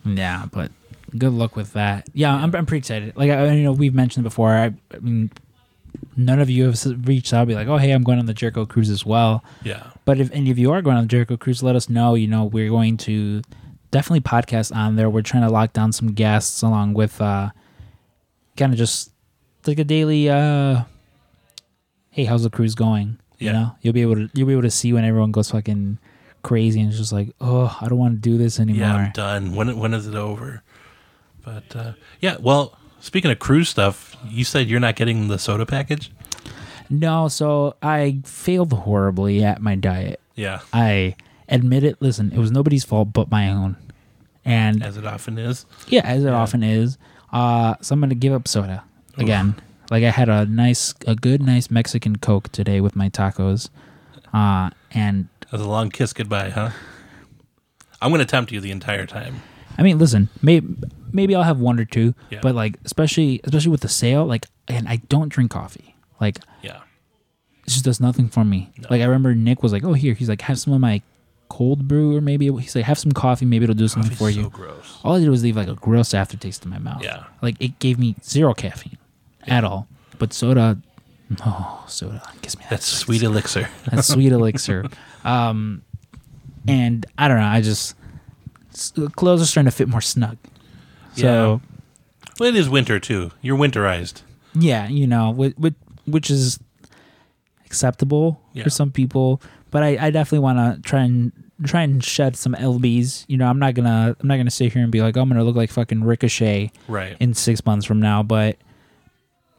B: yeah but good luck with that yeah, I'm, I'm pretty excited like i you know we've mentioned before i, I mean none of you have s- reached out and be like oh hey i'm going on the jericho cruise as well
C: yeah,
B: But if any of you are going on the Jericho Cruise, let us know. You know, we're going to definitely podcast on there. We're trying to lock down some guests along with uh kind of just like a daily uh hey, how's the cruise going? You
C: Yeah.
B: know? You'll be able to you'll be able to see when everyone goes fucking crazy and it's just like, Oh, I don't want to do this anymore.
C: yeah, I'm done. When when is it over? But uh, yeah, well, speaking of cruise stuff, you said you're not getting the soda package.
B: No, so I failed horribly at my diet.
C: Yeah,
B: I admit it. Listen, it was nobody's fault but my own. And
C: as it often is.
B: yeah, as it often is, uh, so I'm going to give up soda again. Like I had a nice, a good, nice Mexican Coke today with my tacos. Uh, and
C: That was a long kiss goodbye, huh? I'm going to tempt you the entire time.
B: I mean, listen, maybe maybe I'll have one or two,
C: Yeah.
B: but like especially especially with the sale, like and I don't drink coffee. Like
C: Yeah.
B: it just does nothing for me. Like I remember Nick was like, "Oh, here." He's like, "Have some of my cold brew, or maybe it- he's like, have some coffee. Maybe it'll do something for
C: Coffee's so
B: you."
C: gross.
B: All I did was leave like a gross aftertaste in my mouth.
C: Yeah.
B: like it gave me zero caffeine at all. But soda, oh, soda gives me that
C: That's sweet elixir.
B: that sweet elixir. Um, and I don't know. I just s- clothes are starting to fit more snug. So
C: Well, it is winter too. You're winterized.
B: yeah, you know, which which is acceptable
C: Yeah.
B: for some people, but I, I definitely want to try and try and shed some lbs. You know, I'm not gonna I'm not gonna sit here and be like "Oh, I'm gonna look like fucking ricochet
C: Right.
B: in six months from now, but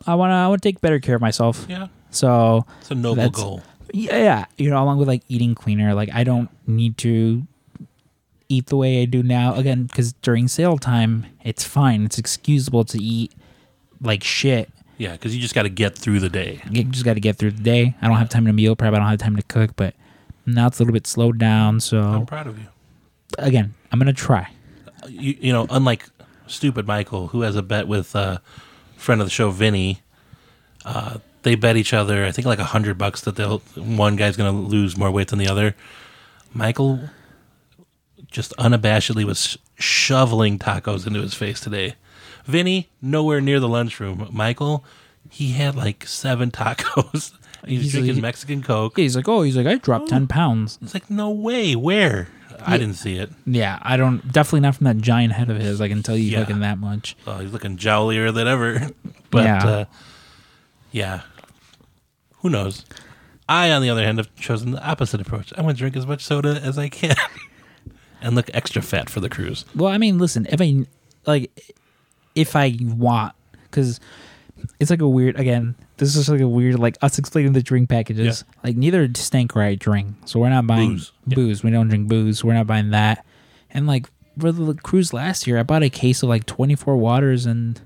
B: I wanna I wanna take better care of myself.
C: yeah.
B: So
C: It's a noble
B: That's-
C: goal.
B: yeah, yeah, you know, along with like eating cleaner, like I don't need to eat the way I do now again because during sale time, it's fine, it's excusable to eat like shit.
C: Yeah, because you just got to get through the day.
B: You just got to get through the day. I don't have time to meal prep. I don't have time to cook, but now it's a little bit slowed down.
C: I'm
B: So
C: proud of you.
B: again, I'm gonna try.
C: you, you know, unlike stupid Michael, who has a bet with uh, friend of the show Vinny, uh, they bet each other. I think like a hundred bucks that they'll one guy's going to lose more weight than the other. Michael just unabashedly was shoveling tacos into his face today. Vinny nowhere near the lunchroom. Michael, he had like seven tacos. He's
B: He's
C: drinking
B: like-
C: Mexican Coke.
B: Yeah, he's like, oh, he's like, I dropped ten pounds.
C: It's like no way. Where? I didn't see it.
B: Yeah, I don't definitely not from that giant head of his. I can tell you
C: Yeah.
B: fucking that much.
C: Oh, he's looking jollier than ever. But
B: Yeah.
C: Uh, yeah, who knows? I, on the other hand, have chosen the opposite approach. I'm gonna drink as much soda as I can and look extra fat for the cruise.
B: Well, I mean, listen, if I like, if I want, because it's like a weird. Again, this is like a weird. Like us explaining the drink packages. Like neither Stank or I drink, so we're not buying
C: Booze.
B: booze. We
C: Yeah.
B: don't drink booze. We're not buying that. And like for the cruise last year, I bought a case of like twenty four waters and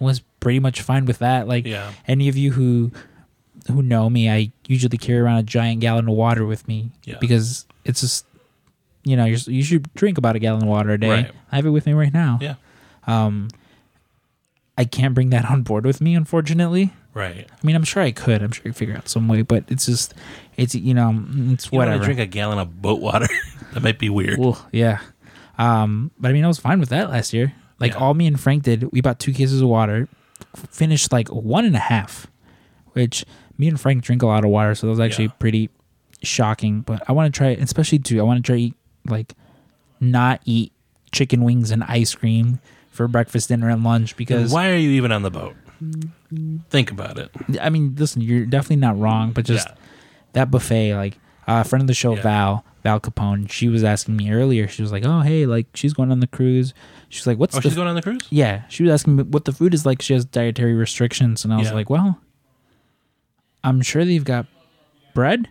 B: was pretty much fine with that. Like
C: Yeah.
B: any of you who who know me, I usually carry around a giant gallon of water with me
C: Yeah.
B: because it's just you know you're, you should drink about a gallon of water a day.
C: Right.
B: I have it with me right now.
C: Yeah,
B: I can't bring that on board with me, unfortunately.
C: right.
B: I mean, I'm sure I could. I'm sure I could figure out some way, but it's just, it's you know, mm, it's
C: You don't wanna
B: whatever.
C: drink a gallon of boat water. that might be weird.
B: Ooh, yeah. Um, but I mean, I was fine with that last year. Like
C: Yeah.
B: all me and Frank did, we bought two cases of water, f- finished like one and a half, which me and Frank drink a lot of water, so that was actually
C: Yeah.
B: pretty shocking. But I want to try, especially too. I want to try eat like not eat chicken wings and ice cream for breakfast, dinner, and lunch because
C: Why are you even on the boat? Think about it.
B: I mean, listen, you're definitely not wrong, but just
C: Yeah.
B: that buffet, like uh, a friend of the show,
C: Yeah.
B: Val, Val Capone, she was asking me earlier. She was like, "Oh, hey, like she's going on the cruise." She's like, "What's
C: Oh,
B: the?"
C: she's going on the cruise.
B: yeah, she was asking me what the food is like. She has dietary restrictions, and I was
C: Yeah.
B: like, "Well, I'm sure they've got bread."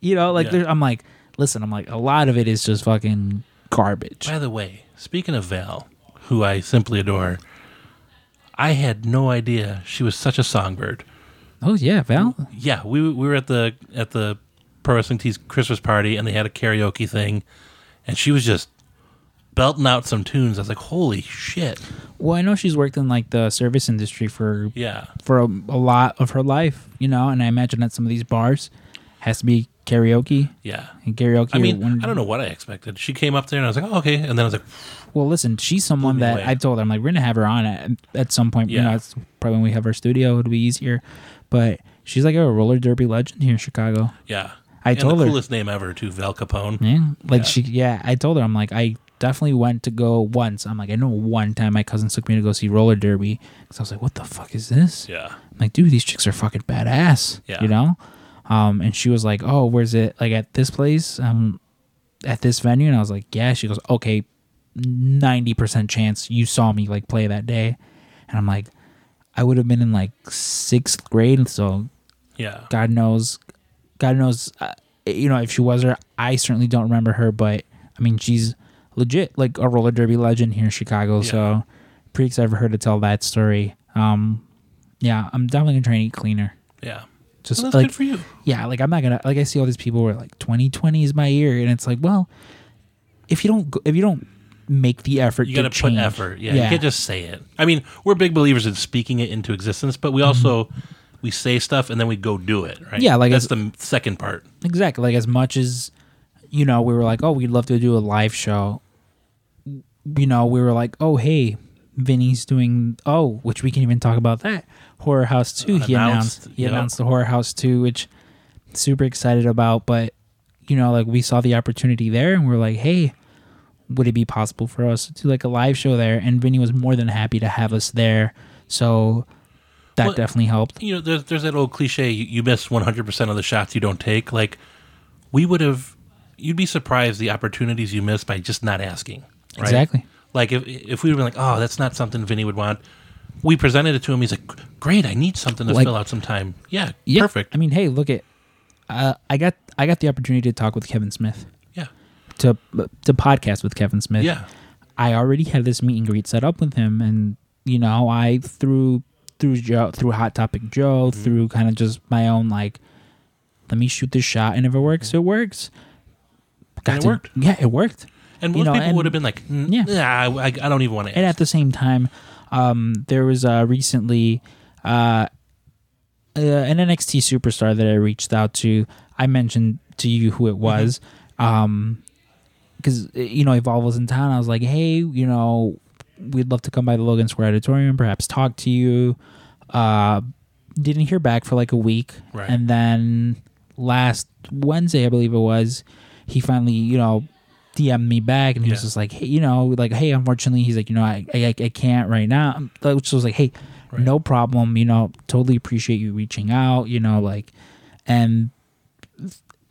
B: You know, like
C: Yeah.
B: there, I'm like, listen, I'm like, a lot of it is just fucking garbage.
C: By the way, speaking of Val, who I simply adore, I had no idea she was such a songbird.
B: Oh yeah, Val.
C: Yeah, we we were at the at the Pro Wrestling Tees Christmas party, and they had a karaoke thing, and she was just belting out some tunes. I was like, "Holy shit!"
B: Well, I know she's worked in like the service industry for
C: Yeah,
B: for a, a lot of her life, you know. And I imagine at some of these bars has to be karaoke
C: yeah.
B: and karaoke.
C: I mean,
B: when-
C: I don't know what I expected. She came up there, and I was like, oh, "Okay," and then I was like,
B: Well, listen, she's someone
C: me
B: that
C: away.
B: I told her I'm like we're gonna have her on at, at some point. You
C: Yeah.
B: know, it's probably when we have our studio, it'll be easier. But she's like a roller derby legend here in Chicago.
C: "Yeah."
B: I
C: and
B: told
C: the
B: her.
C: coolest name ever too, Val Capone.
B: Yeah, like she. Yeah, I told her I'm like I definitely went to go once. I'm like I know one time my cousins took me to go see roller derby because I was like, what the fuck is this?
C: Yeah,
B: I'm like, dude, these chicks are fucking badass.
C: Yeah.
B: You know? Um, and she was like, Oh, where's it? Like at this place, um, at this venue? And I was like, Yeah. She goes, Okay, 90% chance you saw me like play that day. And I'm like, I would have been in like sixth grade. So
C: Yeah.
B: God knows, God knows, uh, you know, if she was her, I certainly don't remember her, but I mean, she's legit like a roller derby legend here in Chicago.
C: Yeah.
B: So pretty excited for her to tell that story. Um, yeah, I'm definitely gonna try and eat cleaner.
C: Yeah.
B: Just
C: Well, Oh, that's
B: like,
C: good for you.
B: yeah, like I'm not gonna like I see all these people where like 2020 is my year, and it's like, well, if you don't go, if you don't make the effort,
C: You
B: to
C: got to put
B: change-
C: effort. Yeah, You can't just say it. I mean, we're big believers in speaking it into existence, but we also we say stuff and then we go do it, right?
B: Mm-hmm. Yeah, like
C: that's
B: it's-
C: the second part.
B: Exactly. Like as much as you know, we were like, oh, we'd love to do a live show. You know, we were like, oh, hey, Vinny's doing oh, which we can even talk about that Horror House Two. he
C: Announced,
B: announced he
C: yep.
B: announced the Horror House Two, which super excited about. But you know, like we saw the opportunity there, and we are like, hey, would it be possible for us to do like a live show there? And Vinny was more than happy to have us there, so that
C: Well,
B: definitely helped.
C: You know, there's there's that old cliche: you, you miss 100 percent of the shots you don't take. Like, we would have. You'd be surprised the opportunities you miss by just not asking. right?
B: Exactly.
C: Like if if we were like, oh, that's not something Vinny would want. We presented it to him. He's like, great. I need something to
B: Like-
C: fill out some time. Yeah,
B: Yeah.
C: perfect.
B: I mean, hey, look at uh, I got I got the opportunity to talk with Kevin Smith
C: yeah,
B: to to podcast with Kevin Smith.
C: yeah,
B: I already had this meet and greet set up with him, and you know, I through through Joe through Hot Topic Joe
C: Mm-hmm.
B: through kind of just my own like, let me shoot this shot, and if it works, it works. Got
C: Mm-hmm. it
B: to-
C: worked.
B: Yeah, it worked.
C: and
B: You
C: most
B: know,
C: people
B: and-
C: would have been like, mm,
B: Yeah.
C: nah, I, I don't even want to.
B: and at the same time, um, there was uh, recently uh, uh, an NXT superstar that I reached out to. I mentioned to you who it was, because you know Evolve was in town. I was like, hey, you know, we'd love to come by the Logan Square Auditorium, perhaps talk to you. Uh, didn't hear back for like a week,
C: Right.
B: and then last Wednesday, I believe it was, he finally, you know, DM'd me back, and he was
C: Yeah.
B: just like, hey, you know, like, hey, unfortunately, he's like, you know, I, I, I can't right now. Which was like, hey, no problem. You know, totally appreciate you reaching out. You know, like, and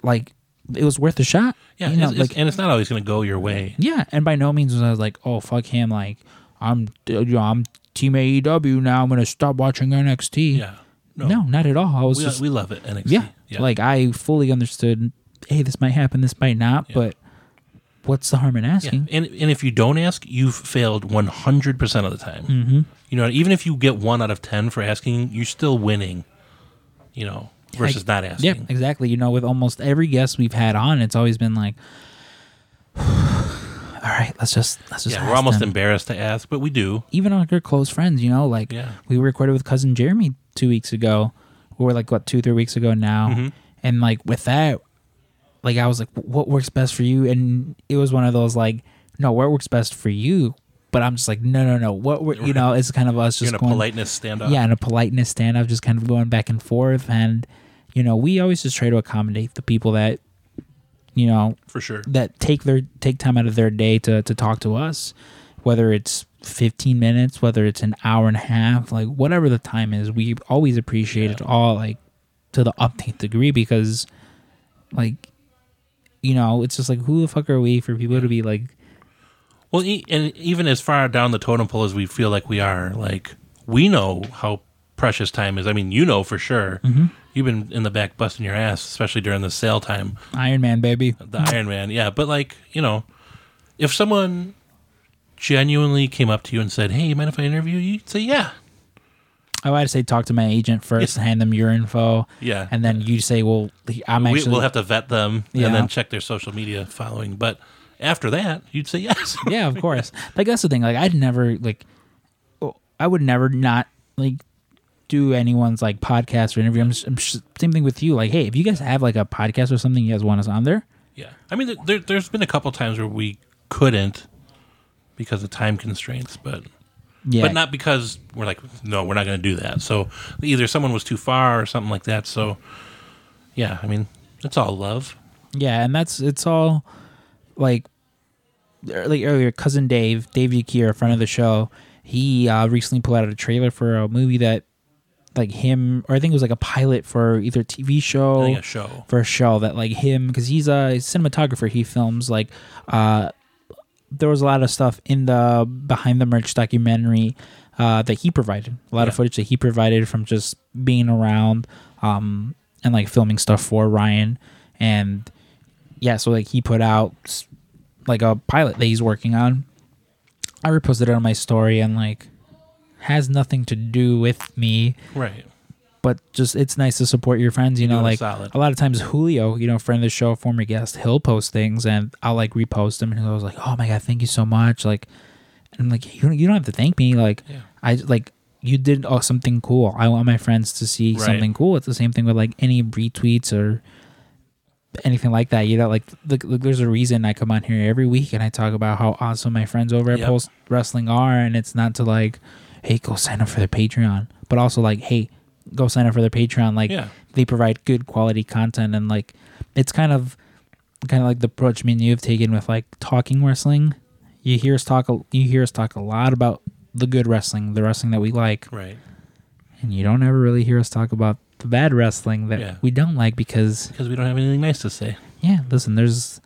B: like, it was worth a shot.
C: Yeah,
B: you know,
C: it's- it's- and it's not always going to go your way.
B: yeah, and by no means was I like, oh fuck him, like I'm uh, you know, I'm team AEW now. I'm gonna stop watching NXT.
C: Yeah,
B: no, not at all. I was
C: we,
B: just
C: we love it. NXT.
B: yeah, like I fully understood. Hey, this might happen, this might not, but what's the harm in
C: Yeah.
B: asking?
C: and and if you don't ask, you've failed one hundred percent of the time. Mm-hmm. You know, even if you get one out of ten for asking, you're still winning. You know, versus not
B: Yeah,
C: asking.
B: exactly. You know, with almost every guest we've had on, it's always been like, all right, let's just let's just.
C: Yeah,
B: ask
C: we're almost
B: them.
C: embarrassed to ask, but we do.
B: even on your close friends, you know, like
C: Yeah.
B: we recorded with cousin Jeremy two weeks ago, or like what two, three weeks ago now,
C: Mm-hmm.
B: and like with that, like I was like, what works best for you, and it was one of those like, no, what works best for you, but I'm just like, no, no, no, what wor- you know, it's kind of us
C: You're
B: just
C: in a
B: going,
C: politeness standoff.
B: yeah, and a politeness stand up, just kind of going back and forth, and you know, we always just try to accommodate the people that, you know,
C: for sure.
B: that take their take time out of their day to to talk to us, whether it's 15 minutes, whether it's an hour and a half, like whatever the time is, we always appreciate it all like to the upteenth degree because like you know, it's just like who the fuck are we for people to be like
C: Well, e- and even as far down the totem pole as we feel like we are, like we know how precious time is. I mean, you know for sure.
B: Mm-hmm.
C: You've been in the back busting your ass, especially during the sale time.
B: Iron Man baby?
C: the Iron Man. Yeah, but like you know, if someone genuinely came up to you and said, "Hey, you mind if I interview you?" You'd say, "Yeah."
B: I would say talk to my agent first, hand them your info.
C: Yeah.
B: And then you say, "Well, I'm
C: We,
B: actually
C: we'll have to vet them
B: Yeah.
C: and then check their social media following. But after that, you'd say yes.
B: yeah, of course. Like that's the thing. Like I'd never like, oh, I would never not like do anyone's like podcast or interview. I'm, s- I'm sh- same thing with you. Like, hey, if you guys have like a podcast or something, you guys want us on there?
C: yeah. I mean, there, there's been a couple times where we couldn't because of time constraints, but
B: Yeah,
C: but not because we're like, no, we're not going to do that. So either someone was too far or something like that. So yeah, I mean, it's all love.
B: Yeah, and that's it's all like er, like earlier. Cousin Dave, Dave Yakir, a friend of the show, he uh, recently put out a trailer for a movie that like him or I think it was like a pilot for either TV show,
C: I think a show.
B: for a show that like him because he's a cinematographer. He films like uh there was a lot of stuff in the behind the merch documentary uh, that he provided. A lot of
C: Yeah.
B: footage that he provided from just being around um, and like filming stuff for Ryan. And yeah, so like he put out s- like a pilot that he's working on. I reposted it on my story and like has nothing to do with me
C: Right.
B: but just it's nice to support your friends. You know,
C: doing
B: like
C: solid.
B: a lot of times Julio, you know, friend of the show, former guest, he'll post things and I'll like repost them, and he'll was like, "Oh my god, thank you so much!" Like, and I'm like, "You don't, you don't have to thank me. Like,
C: Yeah.
B: I like you did oh, something cool. I want my friends to see
C: Right.
B: something cool." It's the same thing with like any retweets or anything like that. You know, like look, look, there's a reason I come on here every week and I talk about how awesome my friends over at
C: Yep.
B: Pulse Wrestling are, and it's not to like, hey, go sign up for their Patreon, but also like, hey, go sign up for their Patreon. Like,
C: Yeah.
B: they provide good quality content, and like, it's kind of, kind of like the approach me and you have taken with like talking wrestling. You hear us talk, a- you hear us talk a lot about the good wrestling, the wrestling that we like,
C: Right.
B: and you don't ever really hear us talk about the bad wrestling that
C: Yeah.
B: we don't like because
C: Because we don't have anything nice to say.
B: yeah listen there's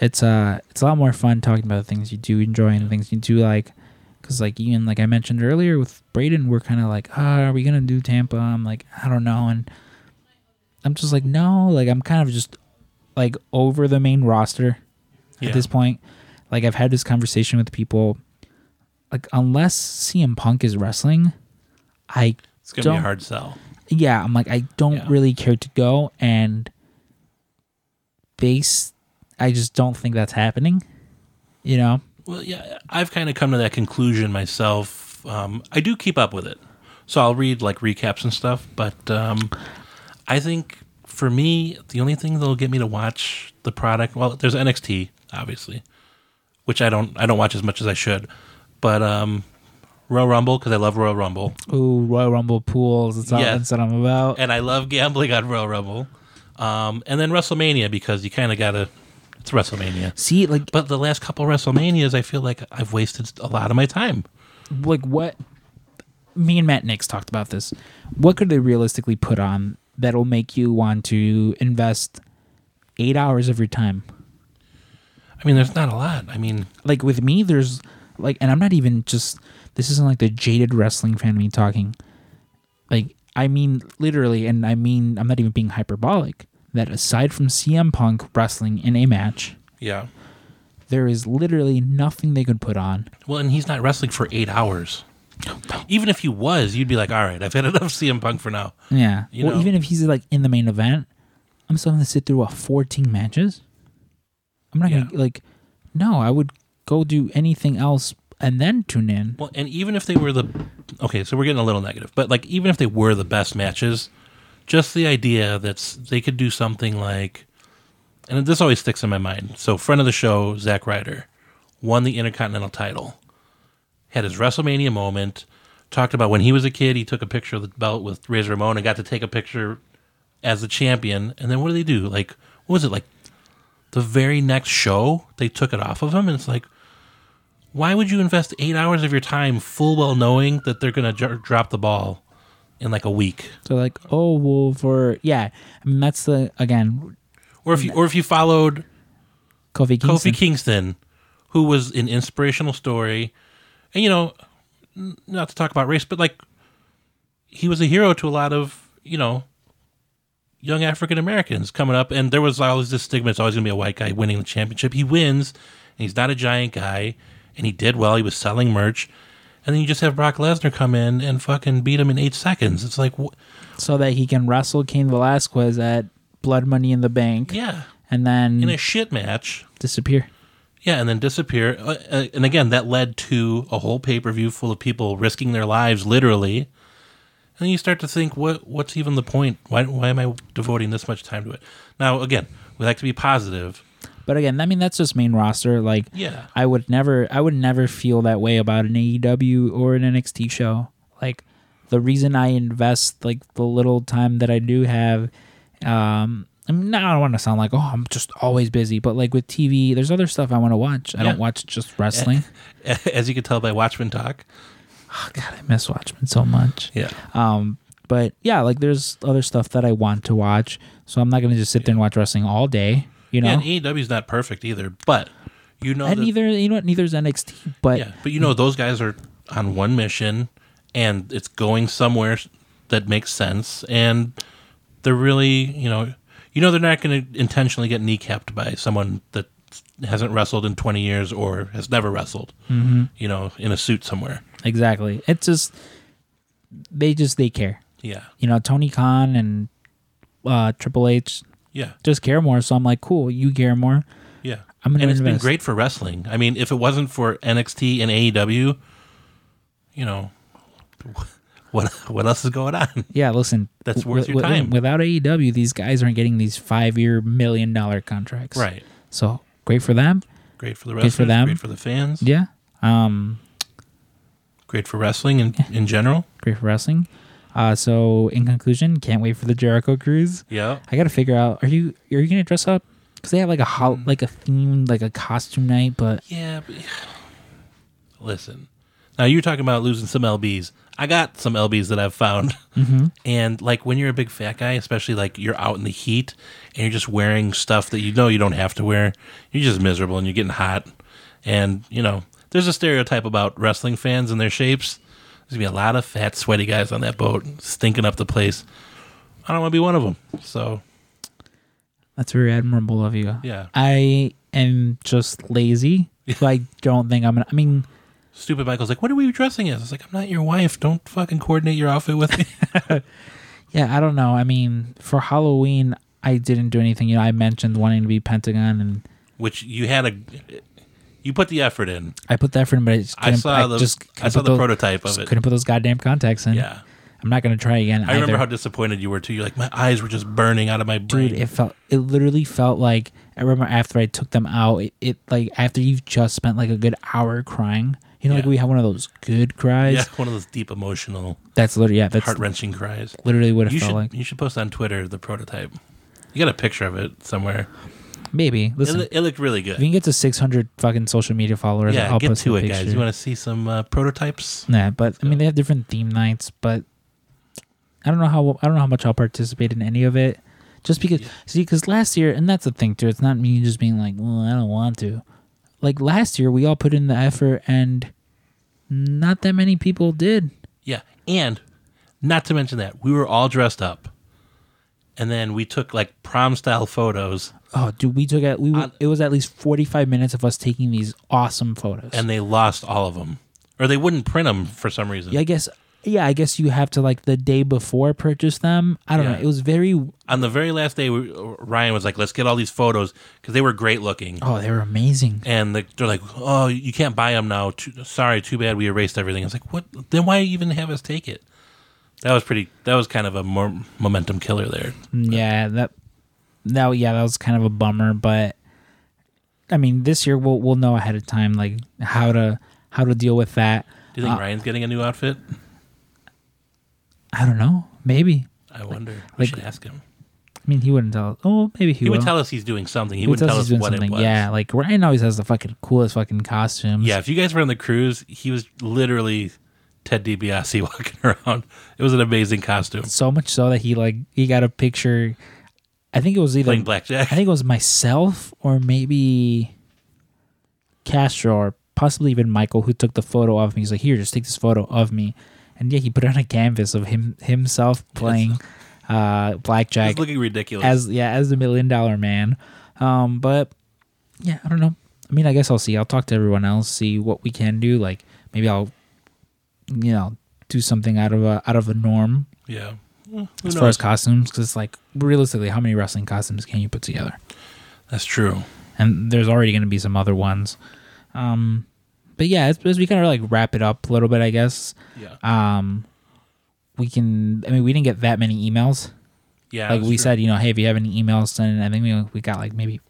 B: it's uh it's a lot more fun talking about the things you do enjoy and the things you do like because like even like i mentioned earlier with braden we're kind of like ah, are we gonna do tampa i'm like i don't know and i'm just like no like i'm kind of just like over the main roster
C: Yeah.
B: at this point like i've had this conversation with people like unless cm punk is wrestling i
C: It's gonna be
B: don't-
C: a hard sell.
B: yeah, I'm like, I don't
C: Yeah.
B: really care to go, and base, I just don't think that's happening. You know,
C: Well, yeah, I've kind of come to that conclusion myself. Um, I do keep up with it, so I'll read like recaps and stuff. But um, I think for me, the only thing that'll get me to watch the product, well, there's NXT, obviously, which I don't, I don't watch as much as I should. But um, Royal Rumble because I love Royal Rumble,
B: ooh, Royal Rumble pools, that's all
C: Yeah.
B: that's what I'm about.
C: and I love gambling on Royal Rumble, um, and then WrestleMania because you kind of gotta, it's WrestleMania.
B: See, like,
C: But the last couple WrestleManias, I feel like I've wasted a lot of my time.
B: like what? Me and Matt Nix talked about this. What could they realistically put on that'll make you want to invest eight hours of your time?
C: I mean, there's not a lot. I mean,
B: like with me there's like and i'm not even just this isn't like the jaded wrestling fan me talking like i mean literally and i mean i'm not even being hyperbolic that aside from cm punk wrestling in a match
C: yeah.
B: there is literally nothing they could put on
C: Well, and he's not wrestling for eight hours. Even if he was, you'd be like, all right, I've had enough CM Punk for now.
B: yeah
C: You
B: well
C: know.
B: even if he's like in the main event i'm still gonna sit through what 14 matches i'm not gonna
C: Yeah.
B: like no i would go do anything else and then tune in
C: Well, and even if they were the. Okay, so we're getting a little negative, but like, even if they were the best matches, just the idea that s- they could do something like. And this always sticks in my mind. So, friend of the show, Zack Ryder, won the Intercontinental title, had his WrestleMania moment, talked about when he was a kid, he took a picture of the belt with Razor Ramon and got to take a picture as the champion. And then what do they do? Like, what was it? Like, the very next show, they took it off of him. And it's like, why would you invest eight hours of your time full well knowing that they're going to j- drop the ball in like a week?
B: so like oh well for yeah i mean that's the again
C: Or if you, or if you followed
B: Kofi Kingston.
C: Kofi Kingston, who was an inspirational story, and you know, n- not to talk about race, but like he was a hero to a lot of you know young African Americans coming up, and there was always this stigma: it's always going to be a white guy winning the championship. He wins, and he's not a giant guy, and he did well. He was selling merch. And then you just have Brock Lesnar come in and fucking beat him in eight seconds. It's like, wh-
B: so that he can wrestle Cain Velasquez at Blood Money in the Bank
C: yeah,
B: and then
C: in a shit match.
B: disappear.
C: Yeah, and then disappear. Uh, uh, and again, that led to a whole pay per view full of people risking their lives, literally. And then you start to think, what what's even the point? Why why am I devoting this much time to it? Now, again, we like to be positive.
B: But again, I mean that's just main roster. Like
C: Yeah.
B: I would never I would never feel that way about an AEW or an NXT show. Like the reason I invest like the little time that I do have um I mean, no, I don't want to sound like oh I'm just always busy, but like with TV, there's other stuff I want to watch. I
C: Yeah.
B: don't watch just wrestling.
C: As you can tell by Watchmen talk.
B: oh, God, I miss Watchmen so much.
C: Yeah.
B: Um, but yeah, like there's other stuff that I want to
C: E
B: watch, so I'm not gonna just sit there and watch wrestling all day. You know,
C: And AEW's not perfect either, but You know
B: and
C: that-
B: neither you know what, neither's NXT, but
C: Yeah, but you know those guys are on one mission, and it's going somewhere that makes sense, and they're really you know you know they're not going to intentionally get kneecapped by someone that hasn't wrestled in twenty years or has never wrestled,
B: Mm-hmm.
C: you know, in a suit somewhere.
B: exactly. It's just they just they care.
C: Yeah,
B: You know, Tony Khan and uh, Triple H
C: yeah,
B: just care more. So I'm like, cool, you care more.
C: yeah.
B: I'm gonna
C: and it's been
B: invest.
C: great for wrestling. I mean, if it wasn't for NXT and AEW, you know, what what else is going on?
B: Yeah, listen,
C: That's worth your time.
B: Without AEW, these guys aren't getting these five-year million-dollar contracts.
C: Right.
B: So great for them.
C: Great for the
B: Good
C: wrestlers.
B: for them.
C: Great for the fans.
B: Yeah. Um,
C: great for wrestling in, in general.
B: great for wrestling. Uh, so in conclusion, can't wait for the Jericho Cruise.
C: Yeah.
B: I gotta figure out are you are you gonna dress up? Cause they have like a hol-
C: Mm.
B: like a theme like a costume night, but
C: Yeah. But, listen, now you're talking about losing some lbs. I got some lbs that I've found,
B: Mm-hmm.
C: and like when you're a big fat guy, especially like you're out in the heat and you're just wearing stuff that you know you don't have to wear. You're just miserable and you're getting hot, and you know there's a stereotype about wrestling fans and their shapes. There's gonna be a lot of fat, sweaty guys on that boat, stinking up the place. I don't want to be one of them. So
B: that's very admirable of you.
C: Yeah.
B: I am just lazy. so I don't think I'm gonna. I mean,
C: stupid Michael's like, "What are we dressing as?" It's like, "I'm not your wife. Don't fucking coordinate your outfit with me."
B: yeah, I don't know. I mean, for Halloween, I didn't do anything. You know, I mentioned wanting to be Pentagon, and
C: Which you had a, you put the effort in.
B: I put that for him, but I just
C: I
B: couldn't-
C: saw the
B: just
C: I
B: couldn't
C: saw
B: put
C: the
B: those-
C: prototype of
B: just
C: it.
B: Couldn't put those goddamn contacts in.
C: Yeah,
B: I'm not gonna try again.
C: I remember
B: either.
C: how disappointed you were too. You're like, my eyes were just burning out of my brain.
B: dude it felt it literally felt like i remember after i took them out it, it like after you've just spent like a good hour crying you know like
C: Yeah.
B: we have one of those good cries
C: yeah, one of those deep emotional,
B: that's literally yeah that's
C: heart wrenching cries.
B: literally what it
C: You
B: felt
C: should
B: like
C: you should post on Twitter the prototype. You got a picture of it somewhere.
B: maybe
C: It,
B: listen
C: loo- it looked really
B: if we
C: good.
B: can get to 600 fucking social media followers
C: Yeah,
B: i'll
C: get
B: post
C: to
B: a
C: it,
B: picture.
C: guys. You want to see some uh, prototypes?
B: yeah but i mean they have different theme nights but i don't know how i don't know how much i'll participate in any of it just because see because last year and that's the thing too it's not me just being like well i don't want to like last year we all put in the effort and not that many people did
C: Yeah, and not to mention that we were all dressed up, and then we took like prom style photos,
B: oh dude we took at we
C: I-
B: it was at least 45 minutes of us taking these awesome photos
C: and they lost all of them, or they wouldn't print them for some reason.
B: yeah i guess yeah i guess you have to like the day before purchase them i don't
C: Yeah.
B: know it was very oh,
C: On the very last day, we, Ryan was like, "Let's get all these photos because they were great looking."
B: oh they were amazing
C: And the, they're like, "Oh, you can't buy them now. Too, sorry, too bad. We erased everything." I was like, "What? Then why even have us take it?" That was pretty. That was kind of a more momentum killer there.
B: Mm, Yeah, that that yeah, that was kind of a bummer, but I mean, this year we'll we'll know ahead of time like how to how to deal with that.
C: Do you think
B: Uh,
C: Ryan's getting a new outfit?
B: I don't know. Maybe.
C: I wonder. we
B: like-
C: should ask him.
B: I mean, he wouldn't tell. Oh, maybe he,
C: He would
B: will.
C: tell us he's doing something. He,
B: He would
C: wouldn't tell
B: us
C: us
B: he's doing
C: what it
B: something.
C: was.
B: Yeah, like Ryan always has the fucking coolest fucking costumes.
C: Yeah, if you guys were on the cruise, he was literally Ted DiBiase walking around. It was an amazing costume.
B: so much so that he like he got a picture. I think it was either
C: Playing blackjack.
B: I think it was myself or maybe Castro or possibly even Michael who took the photo of me. He's like, "Here, just take this photo of me," and yeah, he put it on a canvas of him himself playing uh, blackjack
C: It's looking ridiculous.
B: as yeah as the million dollar man. Um, but yeah, I don't know. I mean, I guess I'll see. I'll talk to everyone else, see what we can do. Like maybe I'll you know do something out of a out of a norm
C: yeah. Well, who
B: as far as
C: knows?
B: costumes because like realistically, how many wrestling costumes can you put together?
C: That's true.
B: Um, and there's already going to be some other ones. Um, but yeah, as, as we kind of like wrap it up a little bit, I guess
C: Yeah.
B: um, we can. I mean, we didn't get that many emails.
C: yeah.
B: Like
C: that's
B: we
C: true.
B: said, you know, hey, if you have any emails, send. it. I think we we got like maybe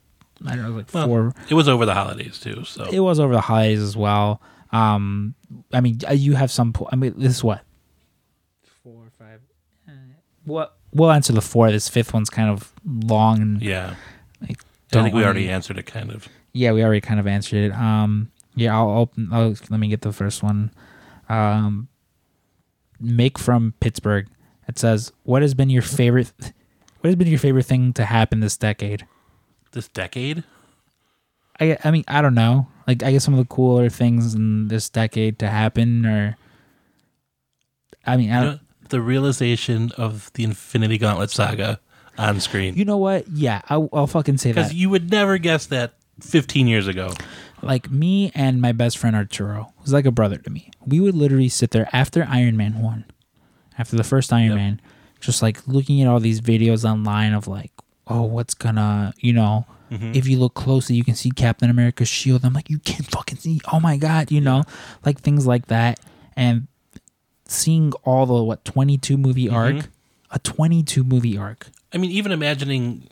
B: I don't know, like
C: Well, oh.
B: four.
C: it was over the holidays too. So
B: It was over the holidays as well. Um, I mean, uh, you have some. Po- I mean, this is what four, five. uh, What we'll answer the four. This fifth one's kind of long. And
C: yeah.
B: like,
C: I think we
B: wanna-
C: already answered it kind of.
B: Yeah, we already kind of answered it. Um, yeah, I'll open. I'll, let me get the first one. Um, Mick from Pittsburgh. It says, "What has been your favorite? What has been your favorite thing to happen this decade?"
C: This decade?
B: I I mean I don't know. Like I guess some of the cooler things in this decade to happen, or I mean I
C: You
B: don't.
C: know, the realization of the Infinity Gauntlet saga on screen.
B: You know what? Yeah, I, I'll fucking say
C: Because
B: that.
C: you would never guess that 15 years ago.
B: like me and my best friend Arturo, who's like a brother to me, we would literally sit there after Iron Man one, after the first Iron
C: Yep.
B: Man, just like looking at all these videos online of like, oh, what's gonna, you know,
C: Mm-hmm.
B: if you look closely, you can see Captain America's shield. I'm like, you can't fucking see. Oh my god, you know, like things like that, and seeing all the what 22 movie
C: Mm-hmm.
B: arc, a 22 movie arc.
C: I mean, even imagining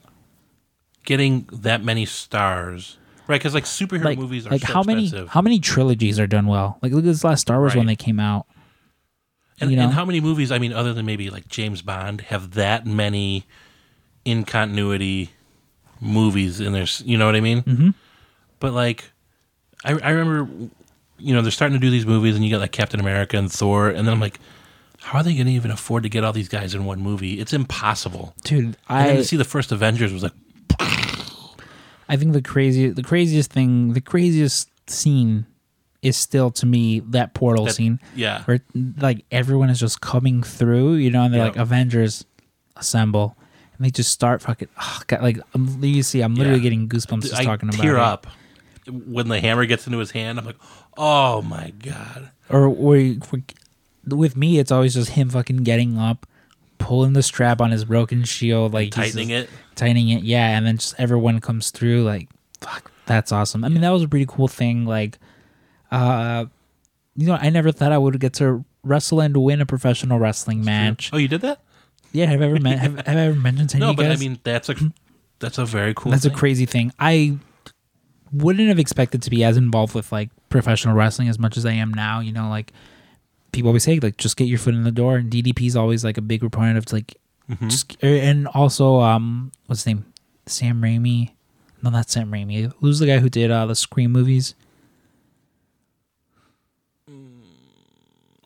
C: getting that many stars, right? Because like superhero
B: like,
C: movies are
B: like
C: so
B: how many
C: expensive.
B: how many trilogies are done well? Like look at this last Star Wars when
C: Right.
B: they came out.
C: and,
B: you know?
C: and how many movies? I mean, other than maybe like James Bond, have that many in continuity movies in their? s- You know what I mean? Mm-hmm. But like, I, I remember, you know, they're starting to do these movies, and you got like Captain America and Thor, and then I'm like, how are they going to even afford to get all these guys in one movie? It's impossible.
B: Dude,
C: And then
B: I
C: to see the first Avengers was like,
B: I think the crazy the craziest thing the craziest scene is still to me that portal
C: That-
B: scene
C: yeah.
B: where like everyone is just coming through, you know, and they're
C: Yeah.
B: like Avengers assemble. And they just start fucking oh god like um, you see I'm literally
C: Yeah.
B: getting goosebumps just
C: I
B: talking about
C: tear
B: it.
C: up when the hammer gets into his hand. I'm like, oh my god.
B: or or or- with me, it's always just him fucking getting up, pulling the strap on his broken shield, like he's
C: Tightening
B: just-
C: it.
B: tightening it, yeah, and then just everyone comes through, like fuck, that's awesome. I mean, that was a pretty cool thing. Like, uh, you know, I never thought I would get to wrestle and win a professional wrestling match.
C: Oh, you did that?
B: Yeah, have I ever men- have, have I ever mentioned to
C: No,
B: you
C: but I
B: guys?
C: mean that's a that's a very cool.
B: hmm? that's a
C: thing.
B: crazy thing. I wouldn't have expected to be as involved with like professional wrestling as much as I am now. You know, like people always say, like just get your foot in the door, and DDP is always like a big proponent of like,
C: Mm-hmm.
B: just, er, and also um, what's his name, Sam Raimi. No, not Sam Raimi. Who's the guy who did uh, the Scream movies?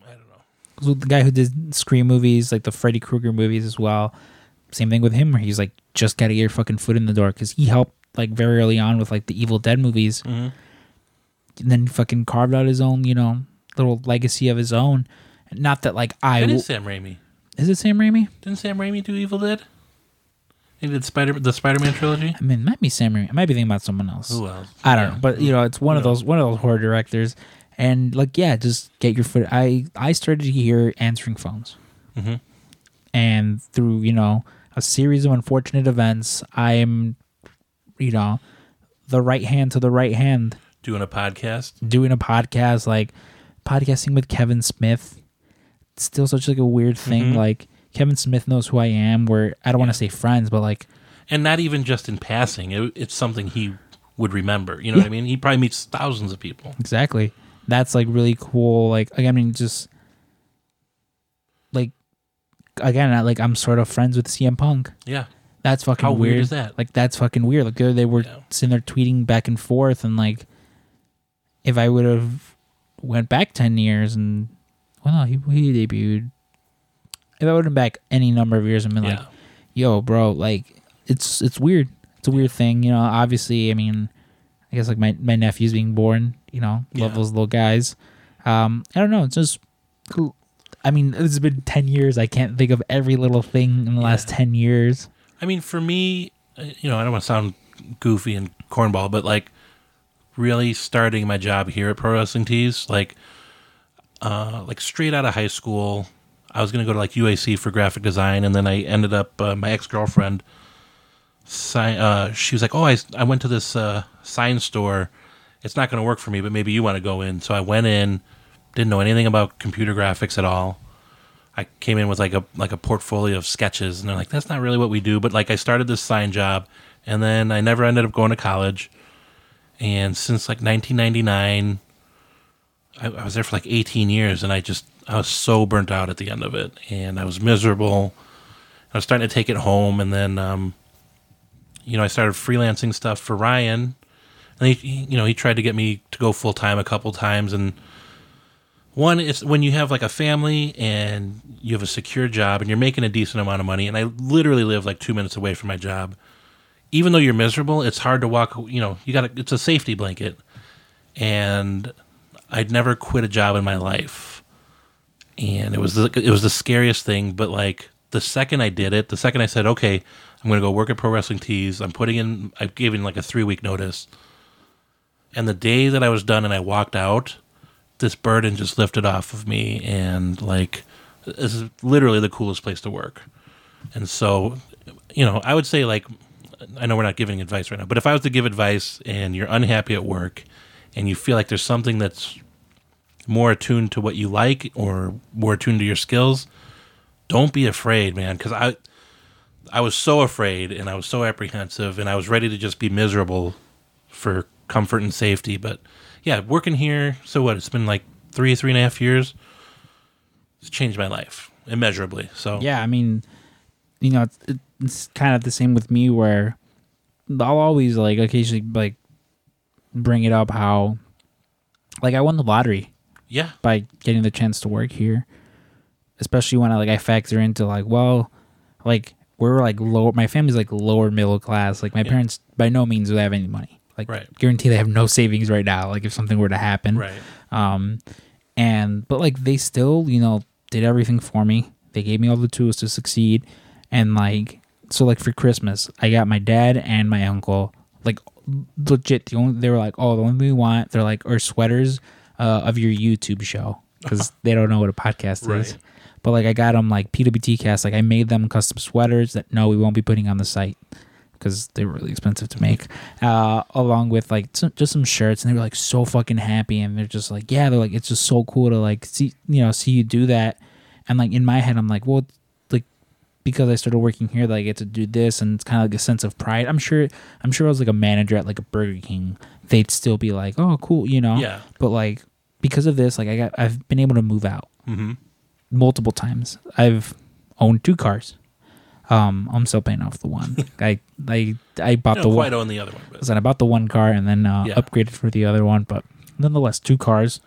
C: I don't know.
B: Who's The guy who did Scream movies, like the Freddy Krueger movies as well. Same thing with him, where he's like, just gotta get your fucking foot in the door, because he helped like very early on with like the Evil Dead movies.
C: Mm-hmm.
B: and then fucking carved out his own, you know, little legacy of his own. Not that like I
C: That
B: w-
C: is
B: is,
C: Sam Raimi.
B: it Sam Raimi?
C: Didn't Sam Raimi do Evil Dead? He did Spider the Spider Man trilogy.
B: I mean, it might be Sam Raimi. I might be thinking about someone else.
C: Who else?
B: I don't know, but you know, it's one of those one of those horror directors. And like, yeah, just get your foot. I I started to hear answering phones, and through you know a series of unfortunate events, I'm, you know, the right hand to the right hand.
C: Doing a podcast.
B: doing a podcast like podcasting with Kevin Smith. It's still such like a weird thing. Like Kevin Smith knows who I am. Where I don't want to say friends, but like
C: and not even just in passing. It, it's something he would remember. You know what I mean? He probably meets thousands of people.
B: exactly. That's like really cool. Like like, I mean, just like again, I, like I'm sort of friends with CM Punk.
C: Yeah,
B: That's fucking
C: How
B: weird.
C: weird is that?
B: Like that's fucking weird. Like they they were
C: Yeah.
B: sitting there tweeting back and forth, and like if I would have went back ten years and well, no, he he debuted. If I would have back any number of years and been like,
C: Yeah.
B: "Yo, bro, like it's it's weird. It's a weird thing, you know." Obviously, I mean, I guess like my my nephews being born, you know, love
C: Yeah.
B: those little guys. Um, I don't know. It's just cool. I mean, it's been ten years. I can't think of every little thing in the last ten years.
C: I mean, for me, uh, you know, I don't want to sound goofy and cornball, but like really starting my job here at Pro Wrestling Tees, like uh, like straight out of high school, I was gonna go to like UAC for graphic design, and then I ended up uh, my ex girlfriend. Sign, uh, she was like, "Oh, I, s- I went to this uh, sign store. It's not going to work for me, but maybe you want to go in." So I went in, didn't know anything about computer graphics at all. I came in with like a like a portfolio of sketches, and they're like, "That's not really what we do." But like, I started this sign job, and then I never ended up going to college. And since like 1999, I, I was there for like 18 years, and I just I was so burnt out at the end of it, and I was miserable. I was starting to take it home, and then um, you know I started freelancing stuff for Ryan, and he, he you know he tried to get me to go full time a couple times, and one is when you have like a family and you have a secure job and you're making a decent amount of money and i literally live like two minutes away from my job even though you're miserable, it's hard to walk. You know, you got it's a safety blanket, and I'd never quit a job in my life, and it was the, it was the scariest thing. But like the second I did it, the second I said, okay, I'm going to go work at Pro Wrestling Tees. I'm putting in. I've given like a three week notice, and the day that I was done and I walked out, this burden just lifted off of me, and like this is literally the coolest place to work. And so, you know, I would say like I know we're not giving advice right now, but if I was to give advice and you're unhappy at work and you feel like there's something that's more attuned to what you like or more attuned to your skills, don't be afraid, man, cuz I I was so afraid and I was so apprehensive and I was ready to just be miserable for comfort and safety, but yeah, working here, so what? It's been like three, three and a half years. It's changed my life immeasurably. So
B: yeah i mean you know it's, it's kind of the same with me where i'll always like occasionally like bring it up how like i won the lottery
C: yeah,
B: by getting the chance to work here especially when i like i factor into like well like we're like lower my family's like lower middle class like my
C: Yeah.
B: parents by no means do they have any money like
C: Right.
B: guarantee they have no savings right now like if something were to happen
C: right.
B: um and but like they still you know did everything for me they gave me all the tools to succeed and like so like for christmas i got my dad and my uncle like legit the only they were like oh the only thing we want they're like are sweaters uh, of your youtube show because they don't know what a podcast is
C: Right.
B: but like i got them like pwt cast like i made them custom sweaters that no we won't be putting on the site because they were really expensive to make, uh, along with like some, just some shirts, and they were like so fucking happy, and they're just like, yeah, they're like, it's just so cool to like see, you know, see you do that, and like in my head, I'm like, well, it's, like because I started working here, that I get to do this, and it's kind of like a sense of pride. I'm sure, I'm sure, I was like a manager at like a Burger King, they'd still be like, oh, cool, you know,
C: Yeah.
B: but like because of this, like I got, I've been able to move out
C: Mm-hmm.
B: multiple times. I've owned two cars. Um, I'm still paying off the one. I I I bought
C: I
B: the
C: don't quite
B: one.
C: own the other one, but
B: Listen, I bought the one car and then uh,
C: Yeah.
B: upgraded for the other one, but nonetheless, two cars,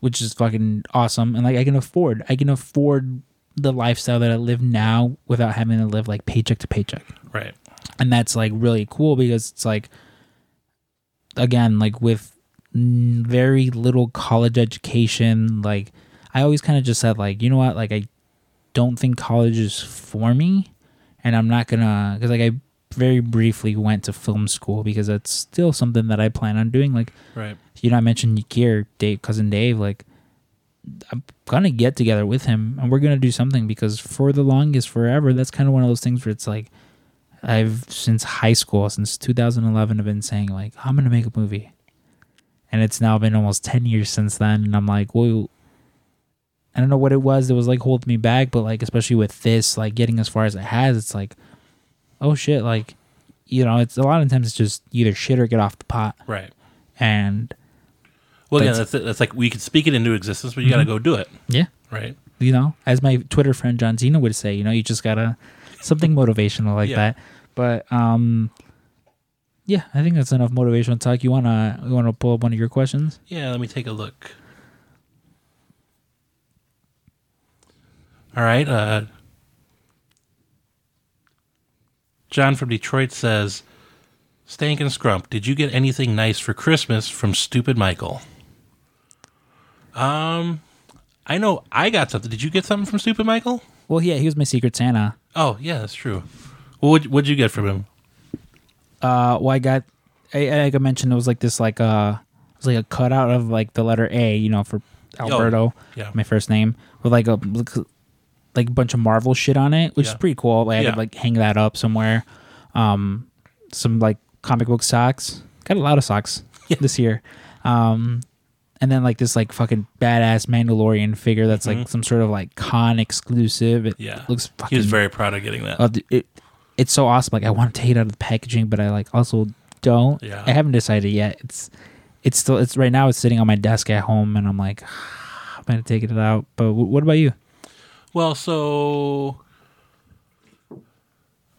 B: which is fucking awesome. And like I can afford, I can afford the lifestyle that I live now without having to live like paycheck to paycheck
C: right.
B: and that's like really cool because it's like again like with n- very little college education like i always kind of just said like you know what like i don't think college is for me and i'm not gonna because like i very briefly went to film school because that's still something that i plan on doing like
C: Right.
B: you know, I mentioned Yakir, Dave, cousin Dave, like I'm gonna get together with him and we're gonna do something because for the longest forever, that's kind of one of those things where it's like I've since high school, since 2011, I've been saying like I'm gonna make a movie, and it's now been almost 10 years since then, and I'm like, well, I don't know what it was that was like holding me back, but like especially with this, like getting as far as it has, it's like, oh shit, like you know, it's a lot of times it's just either shit or get off the pot,
C: Right.
B: and
C: Well, yeah,
B: But-
C: that's it. That's like we could speak it into existence, but you got to go do it.
B: Mm-hmm. yeah.
C: Right.
B: you know, as my Twitter friend John Zena would say, you know, you just gotta something motivational like
C: Yeah.
B: that. But um yeah, I think that's enough motivational talk. You wanna you wanna pull up one of your questions?
C: Yeah. Let me take a look. All right. Uh, John from Detroit says, "Stank and Scrump, did you get anything nice for Christmas from Stupid Michael?" Um, I know I got something. Did you get something from Stupid Michael?
B: Well, yeah, he was my Secret Santa.
C: Oh, yeah, that's true. Well, what what'd you get from him?
B: Uh, well, I got, I, I- like I mentioned, it was like this, like uh, it was like a cutout of like the letter A, you know, for Alberto,
C: yeah.
B: my first name, with like a like a bunch of Marvel shit on it, which is
C: Yeah.
B: pretty cool. Like I
C: Yeah.
B: could like hang that up somewhere. Um, some like comic book socks. Got a lot of socks this year. Um, and then like this like fucking badass Mandalorian figure that's like some sort of like con exclusive. It
C: Mm-hmm. Yeah,
B: looks fucking
C: He was very proud of getting that.
B: Oh, dude, it, it's so awesome. Like I want to take it out of the packaging, but I like also don't.
C: Yeah.
B: I haven't decided yet. It's it's still it's right now. It's sitting on my desk at home, and I'm like, I'm gonna take it out. But w- what about you?
C: well, so,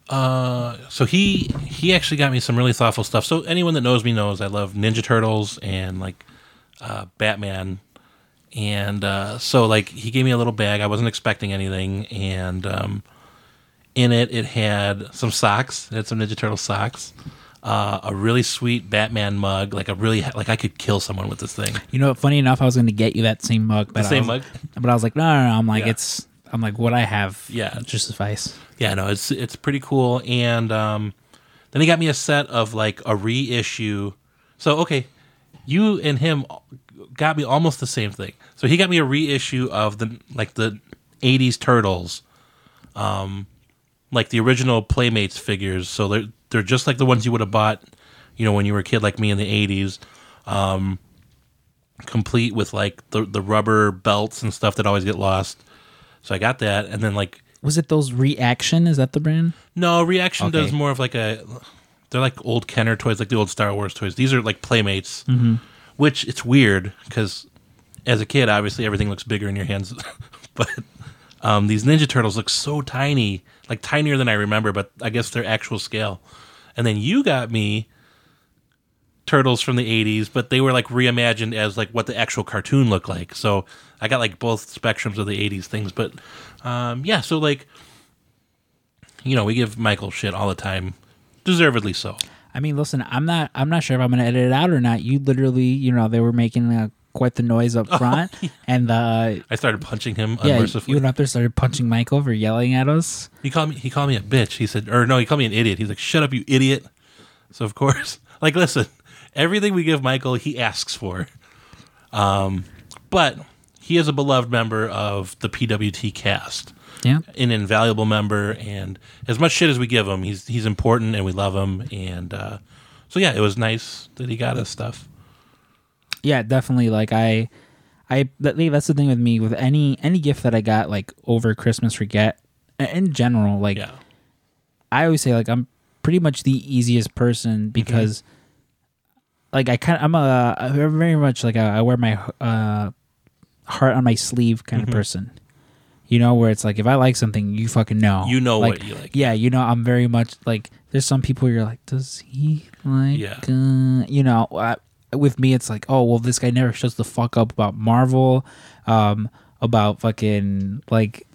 C: uh, so he he actually got me some really thoughtful stuff. So anyone that knows me knows I love Ninja Turtles and like uh, Batman, and uh, so like he gave me a little bag. I wasn't expecting anything, and um, In it, it had some socks. It had some Ninja Turtle socks. Uh, a really sweet Batman mug, like a really like I could kill someone with this thing.
B: You know, funny enough, I was going to get you that same mug, but I
C: same
B: was-
C: mug?
B: But I was like, no, no, no. I'm like,
C: Yeah.
B: it's. I'm like, what I have.
C: Yeah.
B: just suffice.
C: yeah, no, it's it's pretty cool. And um, then he got me a set of like a reissue. So okay, you and him got me almost the same thing. So he got me a reissue of the like the '80s Turtles, um, like the original Playmates figures. So they're they're just like the ones you would have bought, you know, when you were a kid like me in the '80s. Um, complete with like the the rubber belts and stuff that always get lost. So I got that, and then like
B: Was it those reaction? Is that the brand?
C: no, Reaction
B: Okay.
C: does more of like a. They're like old Kenner toys, like the old Star Wars toys. These are like Playmates, which it's weird because as a kid, obviously everything looks bigger in your hands. but um, these Ninja Turtles look so tiny, like tinier than I remember, but I guess their actual scale. And then you got me Turtles from the 80s, but they were like reimagined as like what the actual cartoon looked like. So I got like both spectrums of the 80s things. But um, yeah, so like you know, we give Michael shit all the time, deservedly so.
B: I mean, listen, I'm not. I'm not sure if I'm going to edit it out or not. You literally, you know, they were making uh, quite the noise up front, and the
C: I started punching him
B: yeah,
C: unmercifully.
B: you and up there started punching Michael for yelling at us.
C: he called me. He called me a bitch. He said, or no, he called me an idiot. He's like, "Shut up, you idiot." So of course, like, listen, everything we give Michael, he asks for. Um, but he is a beloved member of the PWT cast,
B: Yeah,
C: an invaluable member, and as much shit as we give him, he's he's important, and we love him. And uh, so yeah, it was nice that he got us stuff.
B: yeah, definitely. Like I, I that- that's the thing with me with any any gift that I got like over Christmas forget in general. Like
C: Yeah,
B: I always say like I'm pretty much the easiest
C: Mm-hmm.
B: person because like I kind of I'm a I'm very much like a, I wear my uh heart on my sleeve kind
C: Mm-hmm.
B: of person. You know where it's like if I like something, you fucking know.
C: You know what you like.
B: Yeah, you know I'm very much like there's some people you're like does he like
C: Yeah.
B: uh, you know uh, with me it's like oh well this guy never shuts the fuck up about Marvel um about fucking like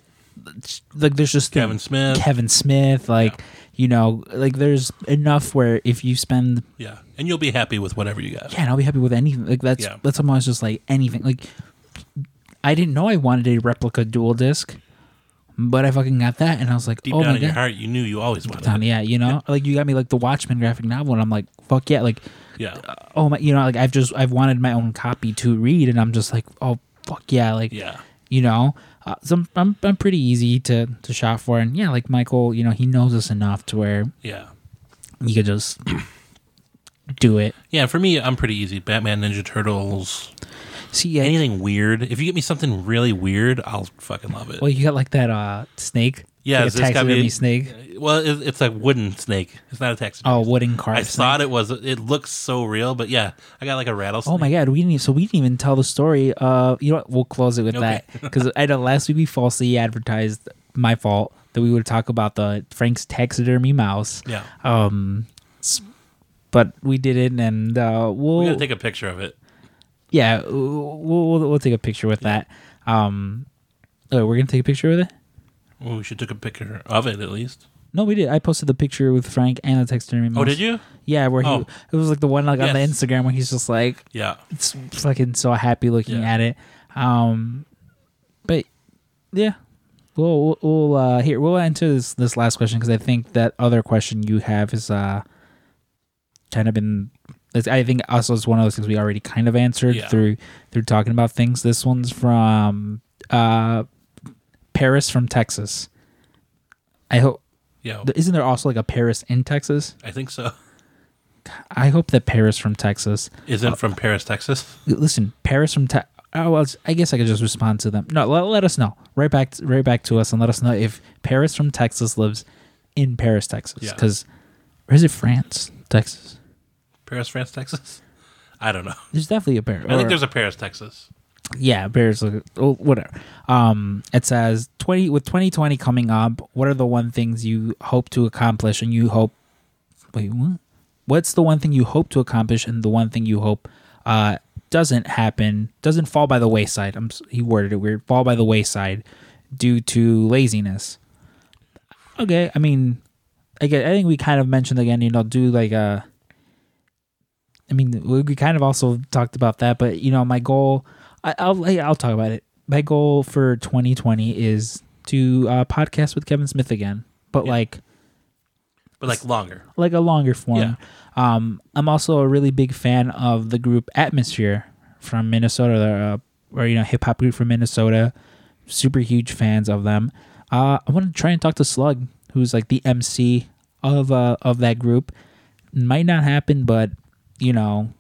B: like there's just
C: Kevin Smith.
B: Kevin Smith, like you know, like there's enough where if you spend,
C: yeah, and you'll be happy with whatever you got.
B: yeah, and I'll be happy with anything. Like that's
C: Yeah.
B: that's almost just like anything. Like I didn't know I wanted a replica dual disc, but I fucking got that, and I was like,
C: deep
B: oh
C: down
B: my
C: in your
B: god,
C: heart, you knew you always wanted.
B: Tom,
C: it.
B: yeah, you know, like you got me like the Watchmen graphic novel, and I'm like, fuck yeah, like
C: Yeah,
B: oh my, you know, like I've just I've wanted my own copy to read, and I'm just like, oh fuck yeah, like
C: yeah,
B: you know. Uh, so I'm, I'm I'm pretty easy to to shop for, and yeah, like Michael, you know, he knows us enough to where
C: yeah,
B: you could just do it.
C: yeah. For me, I'm pretty easy. Batman, Ninja Turtles,
B: See, yeah,
C: anything weird. If you get me something really weird, I'll fucking love it.
B: well, you got like that uh snake.
C: Yeah,
B: like
C: it's
B: a
C: gotta be- Uh,
B: taxidermy snake.
C: Well, it, it's a wooden snake. It's not a taxidermy.
B: Oh, wooden carved.
C: I thought it was. It looks so real, but yeah, I got like a rattlesnake.
B: Oh my god, we didn't. So we didn't even tell the story. Uh, you know what? We'll close it with
C: Okay.
B: that because I know last week we falsely advertised. My fault that we would talk about the Frank's taxidermy mouse.
C: Yeah,
B: Um, s- but we didn't, and uh, we'll
C: we gotta take a picture of it.
B: yeah, we'll, we'll we'll take a picture with that. Um, oh, we're gonna take a picture with it.
C: Well, we should take a picture of it at least.
B: No, we did. I posted the picture with Frank and the taxidermy mouse.
C: Oh, did you?
B: Yeah, where he
C: Oh.
B: it was like the one like on the
C: Yes.
B: Instagram where he's just like
C: Yeah,
B: it's fucking so happy looking
C: Yeah.
B: at it. Um, but yeah, we'll we'll, we'll uh, here we'll enter this this last question because I think that other question you have is uh kind of been. it's- I think also it's one of those things we already kind of answered
C: Yeah.
B: through through talking about things. This one's from uh Paris from Texas. I hope
C: yeah.
B: isn't there also like a Paris in Texas?
C: I think so.
B: I hope that Paris from Texas.
C: Is it from Paris, Texas?
B: Listen, Paris from Texas. Oh, well, I guess I could just respond to them. No, let, let us know right back, right back to us, and let us know if Paris from Texas lives in Paris, Texas,
C: Yeah.
B: because or is it France, Texas?
C: Paris, France, Texas? I don't know.
B: There's definitely a Paris.
C: I think
B: or-
C: there's a Paris, Texas.
B: yeah, Bears. Like, oh, whatever. Um, it says twenty with twenty twenty coming up. What are the one things you hope to accomplish and you hope? Wait, what? What's the one thing you hope to accomplish and the one thing you hope uh doesn't happen, doesn't fall by the wayside? I'm s- he worded it weird. Fall by the wayside due to laziness. okay. I mean, I get- I think we kind of mentioned again, you know, do like a. I mean, we we kind of also talked about that, but you know, my goal, I, I'll hey, I'll talk about it. My goal for 2020 is to uh, podcast with Kevin Smith again, but like
C: but like longer.
B: like a longer form.
C: Yeah.
B: Um, I'm also a really big fan of the group Atmosphere from Minnesota, they're, uh, or you know, hip hop group from Minnesota. Super huge fans of them. Uh, I want to try and talk to Slug, who's like the MC of uh, of that group. Might not happen, but you know,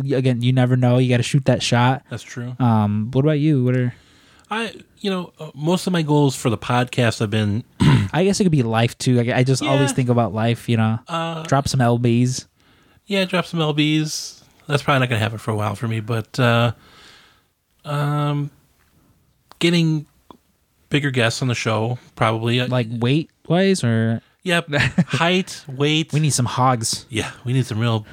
B: again, you never know. You got to shoot that shot.
C: That's true.
B: Um, what about you? What are
C: I, you know, uh, most of my goals for the podcast have been
B: I guess it could be life too. I, I just always
C: Yeah.
B: think about life. You know,
C: Uh,
B: drop some lbs.
C: yeah, drop some lbs. That's probably not going to happen for a while for me, but uh, um, getting bigger guests on the show probably. Uh,
B: Like weight wise, or
C: yep, height, weight.
B: we need some hogs.
C: yeah, we need some real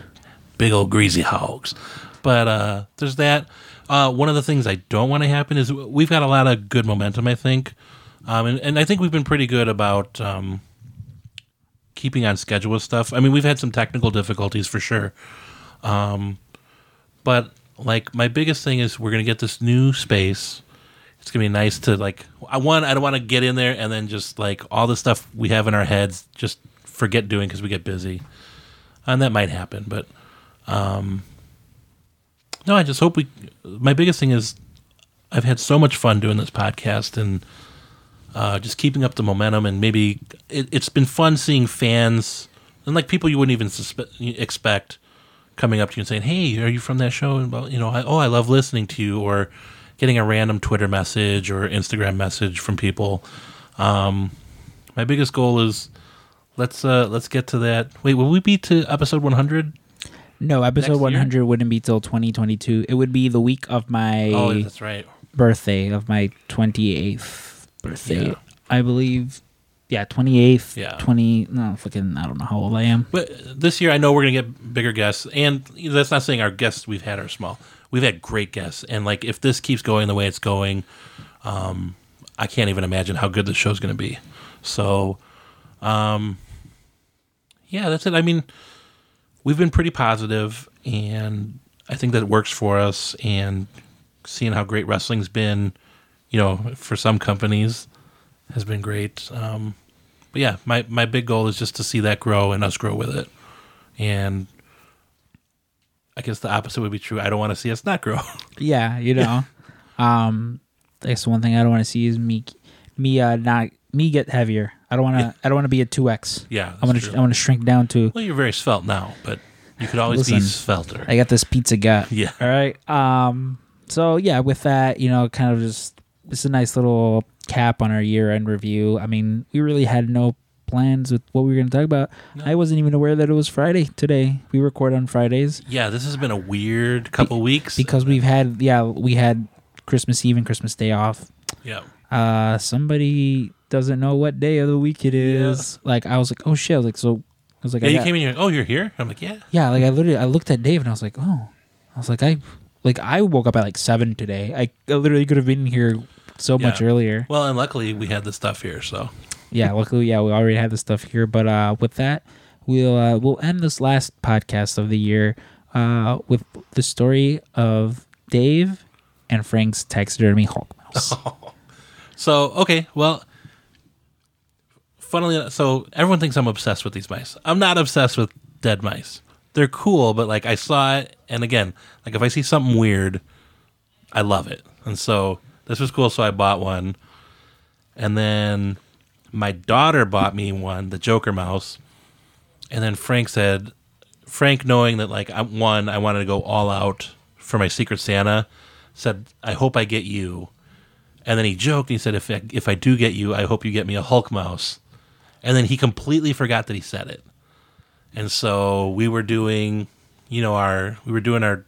C: big old greasy hogs. But uh, there's that. Uh, one of the things I don't want to happen is we've got a lot of good momentum, I think. Um, and, and I think we've been pretty good about um, keeping on schedule with stuff. I mean, we've had some technical difficulties for sure. Um, but like my biggest thing is we're going to get this new space. It's going to be nice to like, I want, I don't want to get in there and then just like all the stuff we have in our heads, just forget doing because we get busy and that might happen. But um, no, I just hope we. My biggest thing is I've had so much fun doing this podcast and uh, just keeping up the momentum, and maybe it, it's been fun seeing fans and like people you wouldn't even suspe- expect coming up to you and saying, "Hey, are you from that show?" And well, you know, I, oh, I love listening to you, or getting a random Twitter message or Instagram message from people. Um, my biggest goal is let's uh let's get to that. Wait, will we be to episode 100?
B: No, episode
C: Next year?
B: 100 wouldn't be till 2022. It would be the week of my
C: Oh, that's right.
B: birthday, of my 28th birthday,
C: Yeah.
B: I believe. Yeah, 28th.
C: Yeah.
B: 20. No, fucking, I don't know how old I am.
C: But this year, I know we're gonna get bigger guests, and that's not saying our guests we've had are small. We've had great guests, and like if this keeps going the way it's going, um, I can't even imagine how good the show's gonna be. So, um, yeah, that's it. I mean, we've been pretty positive, and I think that works for us. And seeing how great wrestling's been, you know, for some companies, has been great. Um, but yeah, my my big goal is just to see that grow and us grow with it. And I guess the opposite would be true. I don't want to see us not grow.
B: Yeah, you know. um, that's one thing I don't want to see is me, me, uh, not, me get heavier. I don't want to, I don't want to be a 2X.
C: Yeah,
B: I
C: that's
B: want
C: true.
B: to, I want to shrink down to,
C: well, you're very svelte now, but you could always be
B: Listen,
C: svelter.
B: I got this pizza gut.
C: yeah.
B: All right. Um. So yeah, with that, you know, kind of just it's a nice little cap on our year-end review. I mean, we really had no plans with what we were going to talk about. I wasn't even aware that it was Friday today. We record on Fridays
C: Yeah, this has been a weird couple weeks.
B: because we've had yeah we had Christmas Eve and Christmas Day off.
C: yeah.
B: Uh, somebody doesn't know what day of the week it is. Like I was like, oh shit! I was like so. I was like,
C: Yeah,
B: I
C: you
B: got-
C: came in here. Oh, you're here. I'm like, yeah.
B: Yeah, like I literally I looked at Dave and I was like, oh, I was like I like I woke up at like seven today. I, I literally could have been here so
C: Yeah.
B: much earlier.
C: Well, and luckily we had the stuff here. So
B: yeah, luckily yeah we already had the stuff here. But uh, with that we'll uh, we'll end this last podcast of the year uh, with the story of Dave and Frank's taxidermy Hulk mouse.
C: so okay. Well, funnily enough, so everyone thinks I'm obsessed with these mice. I'm not obsessed with dead mice. They're cool, but like I saw it, and again, like if I see something weird, I love it. And so this was cool, so I bought one. And then my daughter bought me one, the Joker mouse. And then Frank said, Frank, knowing that like I one, I wanted to go all out for my Secret Santa, said, "I hope I get you." And then he joked and he said, "If I, if I do get you, I hope you get me a Hulk mouse." And then he completely forgot that he said it. And so we were doing, you know, our we were doing our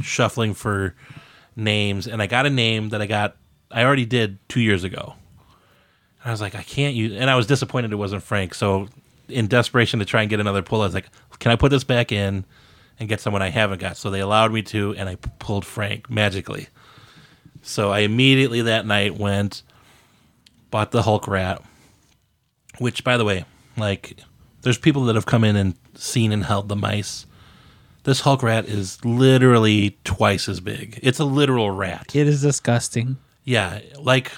C: shuffling for names, and I got a name that I got I already did two years ago. And I was like, I can't use, and I was disappointed it wasn't Frank. So in desperation to try and get another pull, I was like, Can I put this back in and get someone I haven't got? So they allowed me to, and I p- pulled Frank magically. So I immediately that night went, bought the Hulk rat, Which, by the way, like, there's people that have come in and seen and held the mice. This Hulk rat is literally twice as big. It's a literal rat.
B: It is disgusting.
C: yeah, like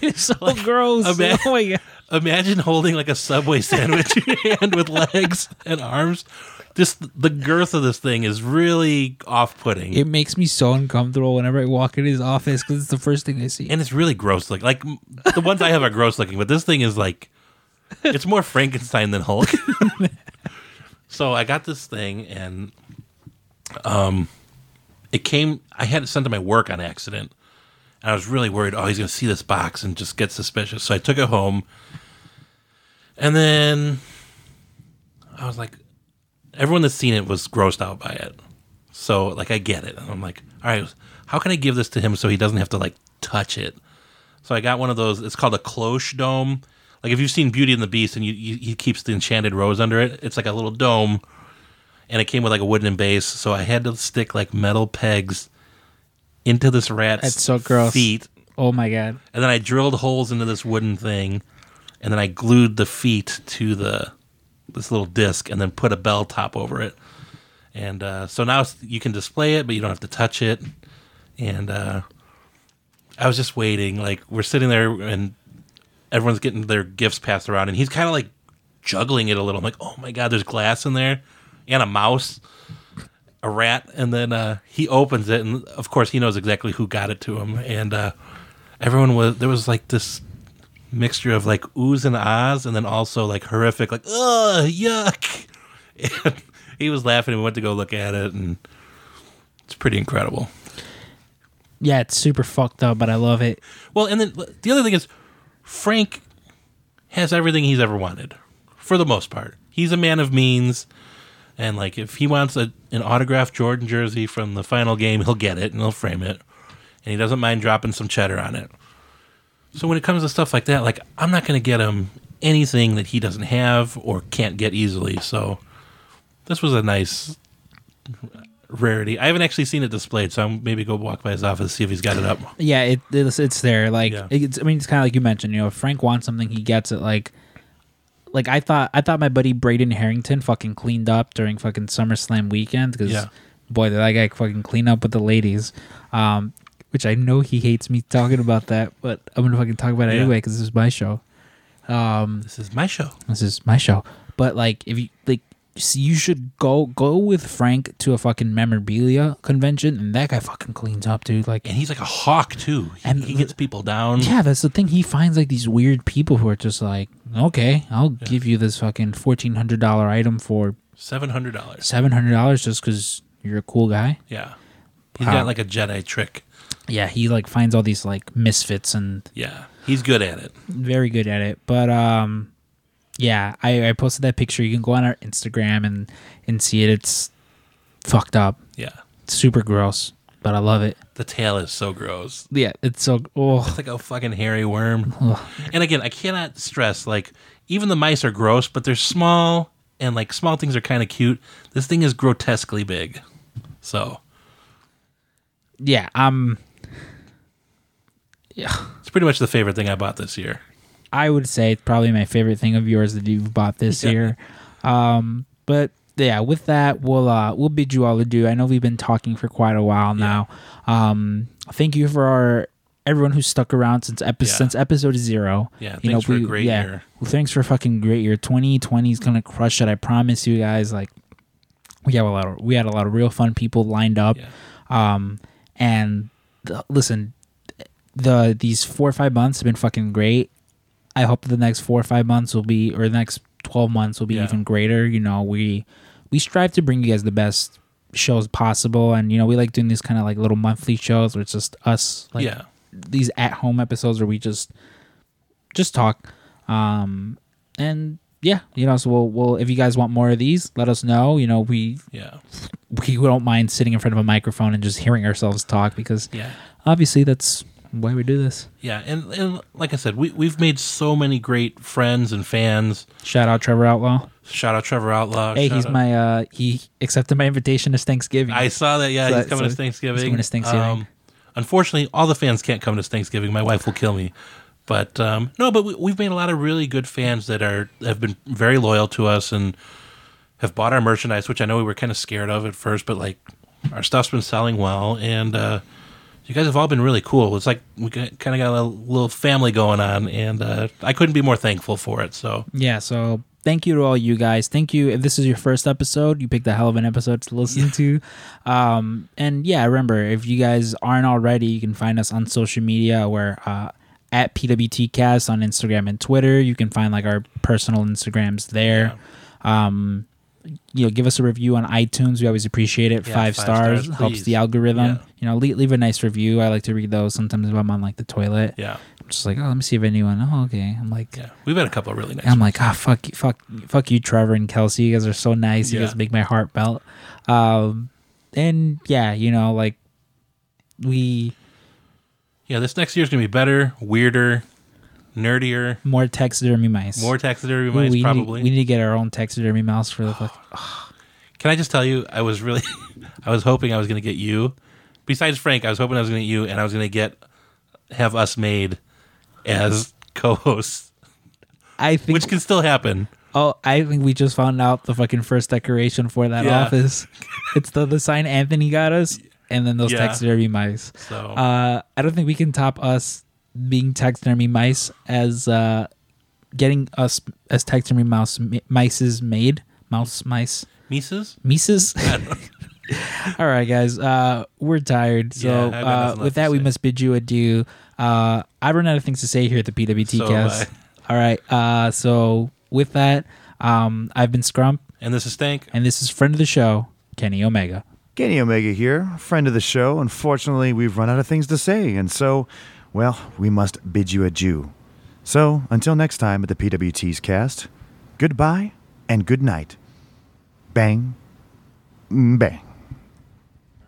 B: It's so gross.
C: a man-
B: Oh my god.
C: Imagine holding like a subway sandwich in your hand with legs and arms. Just the girth of this thing is really off-putting,
B: It makes me so uncomfortable whenever I walk in his office because it's the first thing I see.
C: and it's really gross looking. Like m- the ones I have are gross looking, but this thing is like it's more Frankenstein than Hulk. so I got this thing, and um, it came. I had it sent to my work on accident, and I was really worried. Oh, he's gonna see this box and just get suspicious. So I took it home, and then I was like, everyone that's seen it was grossed out by it. So like I get it. And I'm like, all right, how can I give this to him so he doesn't have to like touch it? So I got one of those. It's called a cloche dome. Like if you've seen Beauty and the Beast and you, you he keeps the enchanted rose under it, it's like a little dome. And it came with like a wooden base, so I had to stick like metal pegs into this rat's
B: That's so gross.
C: feet
B: oh my god.
C: and then I drilled holes into this wooden thing, and then I glued the feet to the this little disc, and then put a bell top over it. And uh, so now it's- you can display it, but you don't have to touch it. And uh, I was just waiting, like we're sitting there, and everyone's getting their gifts passed around, and he's kind of like juggling it a little. I'm like, oh my god, there's glass in there, and a mouse. A rat, and then uh, he opens it, and of course he knows exactly who got it to him. And uh, everyone was there was like this mixture of like oohs and ahs and then also like horrific like ugh yuck and he was laughing and we went to go look at it and it's pretty incredible
B: Yeah, it's super fucked up, but I love it.
C: well and then the other thing is frank has everything he's ever wanted for the most part he's a man of means and like if he wants a, an autographed jordan jersey from the final game he'll get it and he'll frame it and he doesn't mind dropping some cheddar on it So when it comes to stuff like that, like I'm not going to get him anything that he doesn't have or can't get easily. So this was a nice rarity. I haven't actually seen it displayed, so I'm maybe go walk by his office see if he's got it up.
B: Yeah, it, it's it's there. Like
C: Yeah.
B: it's, I mean, it's kind of like you mentioned. You know, if Frank wants something, he gets it. Like, like I thought, I thought my buddy Braden Harrington fucking cleaned up during fucking SummerSlam weekend because
C: Yeah.
B: boy, did that guy fucking clean up with the ladies. Um, which I know he hates me talking about that, but I'm gonna fucking talk about it
C: Yeah.
B: anyway because this is my show.
C: This is my show.
B: This is my show. But like, if you like, s- you should go go with Frank to a fucking memorabilia convention, and that guy fucking cleans up, dude. Like,
C: And he's like a hawk too. He,
B: And
C: he gets people down.
B: Yeah, that's the thing. He finds like these weird people who are just like, okay, I'll give you this fucking fourteen hundred dollar item for
C: $700.
B: seven hundred dollars just because you're a cool guy.
C: Yeah. he's
B: Wow.
C: got like a Jedi trick.
B: Yeah, he like finds all these like misfits and
C: Yeah. He's good at it.
B: very good at it. But um, yeah, I, I posted that picture. You can go on our Instagram and and see it. It's fucked up,
C: Yeah.
B: it's super gross, but I love it.
C: The tail is so gross.
B: Yeah, it's so oh
C: It's like a fucking hairy worm. and again, I cannot stress like even the mice are gross, but they're small and like small things are kind of cute. This thing is grotesquely big. So,
B: yeah. Um,
C: it's pretty much the favorite thing I bought this year.
B: I would say it's probably my favorite thing of yours that you've bought this
C: Yeah.
B: year. Um, but yeah, with that, we'll uh, we'll bid you all adieu. I know we've been talking for quite a while now. Um, thank you for our everyone who stuck around since epi-
C: Yeah.
B: since episode zero.
C: Yeah, thanks for a great year.
B: Well, thanks for a fucking great year. Twenty twenty is gonna crush it. I promise you guys. Like we have a lot of we had a lot of real fun people lined up.
C: Yeah.
B: Um, and the, listen, the these four or five months have been fucking great. I hope the next four or five months will be, or the next twelve months will be
C: Yeah.
B: even greater. You know, we we strive to bring you guys the best shows possible, and you know, we like doing these kind of like little monthly shows where it's just us, like
C: yeah.
B: these at home episodes where we just just talk. Um, and yeah, you know, so we'll, we'll if you guys want more of these, let us know. You know, we
C: Yeah.
B: we don't mind sitting in front of a microphone and just hearing ourselves talk because
C: Yeah.
B: obviously that's why we do this.
C: Yeah, and, and like I said, we we've made so many great friends and fans.
B: Shout out Trevor Outlaw.
C: Shout out Trevor Outlaw.
B: hey,
C: Shout
B: he's
C: out-
B: my uh he accepted my invitation to Thanksgiving.
C: I saw that. Yeah,
B: So-
C: he's coming
B: so
C: to
B: he's
C: Thanksgiving. Um,
B: coming to Thanksgiving.
C: unfortunately, all the fans can't come to Thanksgiving. My wife will kill me. But um, no, but we, we've made a lot of really good fans that are have been very loyal to us and have bought our merchandise, which I know we were kind of scared of at first, but like our stuff's been selling well, and uh, you guys have all been really cool. It's like we kind of got a little family going on, and uh, I couldn't be more thankful for it. So
B: Yeah, so thank you to all you guys. Thank you. If this is your first episode, you picked a hell of an episode to listen to. Um, and yeah, remember, if you guys aren't already, you can find us on social media where uh, at PWTcast on Instagram and Twitter. You can find like our personal Instagrams there. Um, you know, give us a review on iTunes. We always appreciate it.
C: Yeah,
B: five,
C: five
B: stars,
C: stars,
B: helps
C: please.
B: the algorithm.
C: Yeah.
B: You know, leave, leave a nice review. I like to read those sometimes if I'm on like the toilet.
C: yeah,
B: I'm just like, oh, let me see if anyone. Oh, okay. I'm like,
C: yeah, we've had a couple of really nice.
B: and I'm like, ah, fuck, you- fuck, fuck you, Trevor and Kelsey. You guys are so nice. You
C: Yeah.
B: guys make my heart melt. Um, and yeah, you know, like we
C: yeah, this next year's gonna be better, weirder, nerdier,
B: more taxidermy mice.
C: more taxidermy
B: Ooh,
C: mice
B: we
C: probably.
B: Need, we need to get our own taxidermy mouse for the fuck.
C: Can I just tell you, I was really, I was hoping I was going to get you. Besides Frank, I was hoping I was going to get you, and I was going to get have us made as co-hosts,
B: I think.
C: which can still happen.
B: oh, I think we just found out the fucking first decoration for that
C: Yeah.
B: office. it's the the sign Anthony got us, and then those
C: Yeah.
B: taxidermy mice.
C: So
B: Uh, I don't think we can top us being taxidermy mice as uh, getting us as taxidermy mouse m- mice's made mouse mice
C: Mises,
B: mices. All right, guys, uh, we're tired. So
C: Yeah, I've
B: uh,
C: got nothing
B: with
C: left
B: that,
C: to
B: we
C: say.
B: must bid you adieu. Uh, I run out of things to say here at the PWT
C: So have
B: cast. All right. Uh, so with that, um, I've been Scrump,
C: and this is Stank.
B: and this is friend of the show, Kenny Omega.
E: Kenny Omega here, friend of the show. Unfortunately, we've run out of things to say, and so, well, we must bid you adieu. So, until next time at the PWT's cast, goodbye and good night. Bang, bang.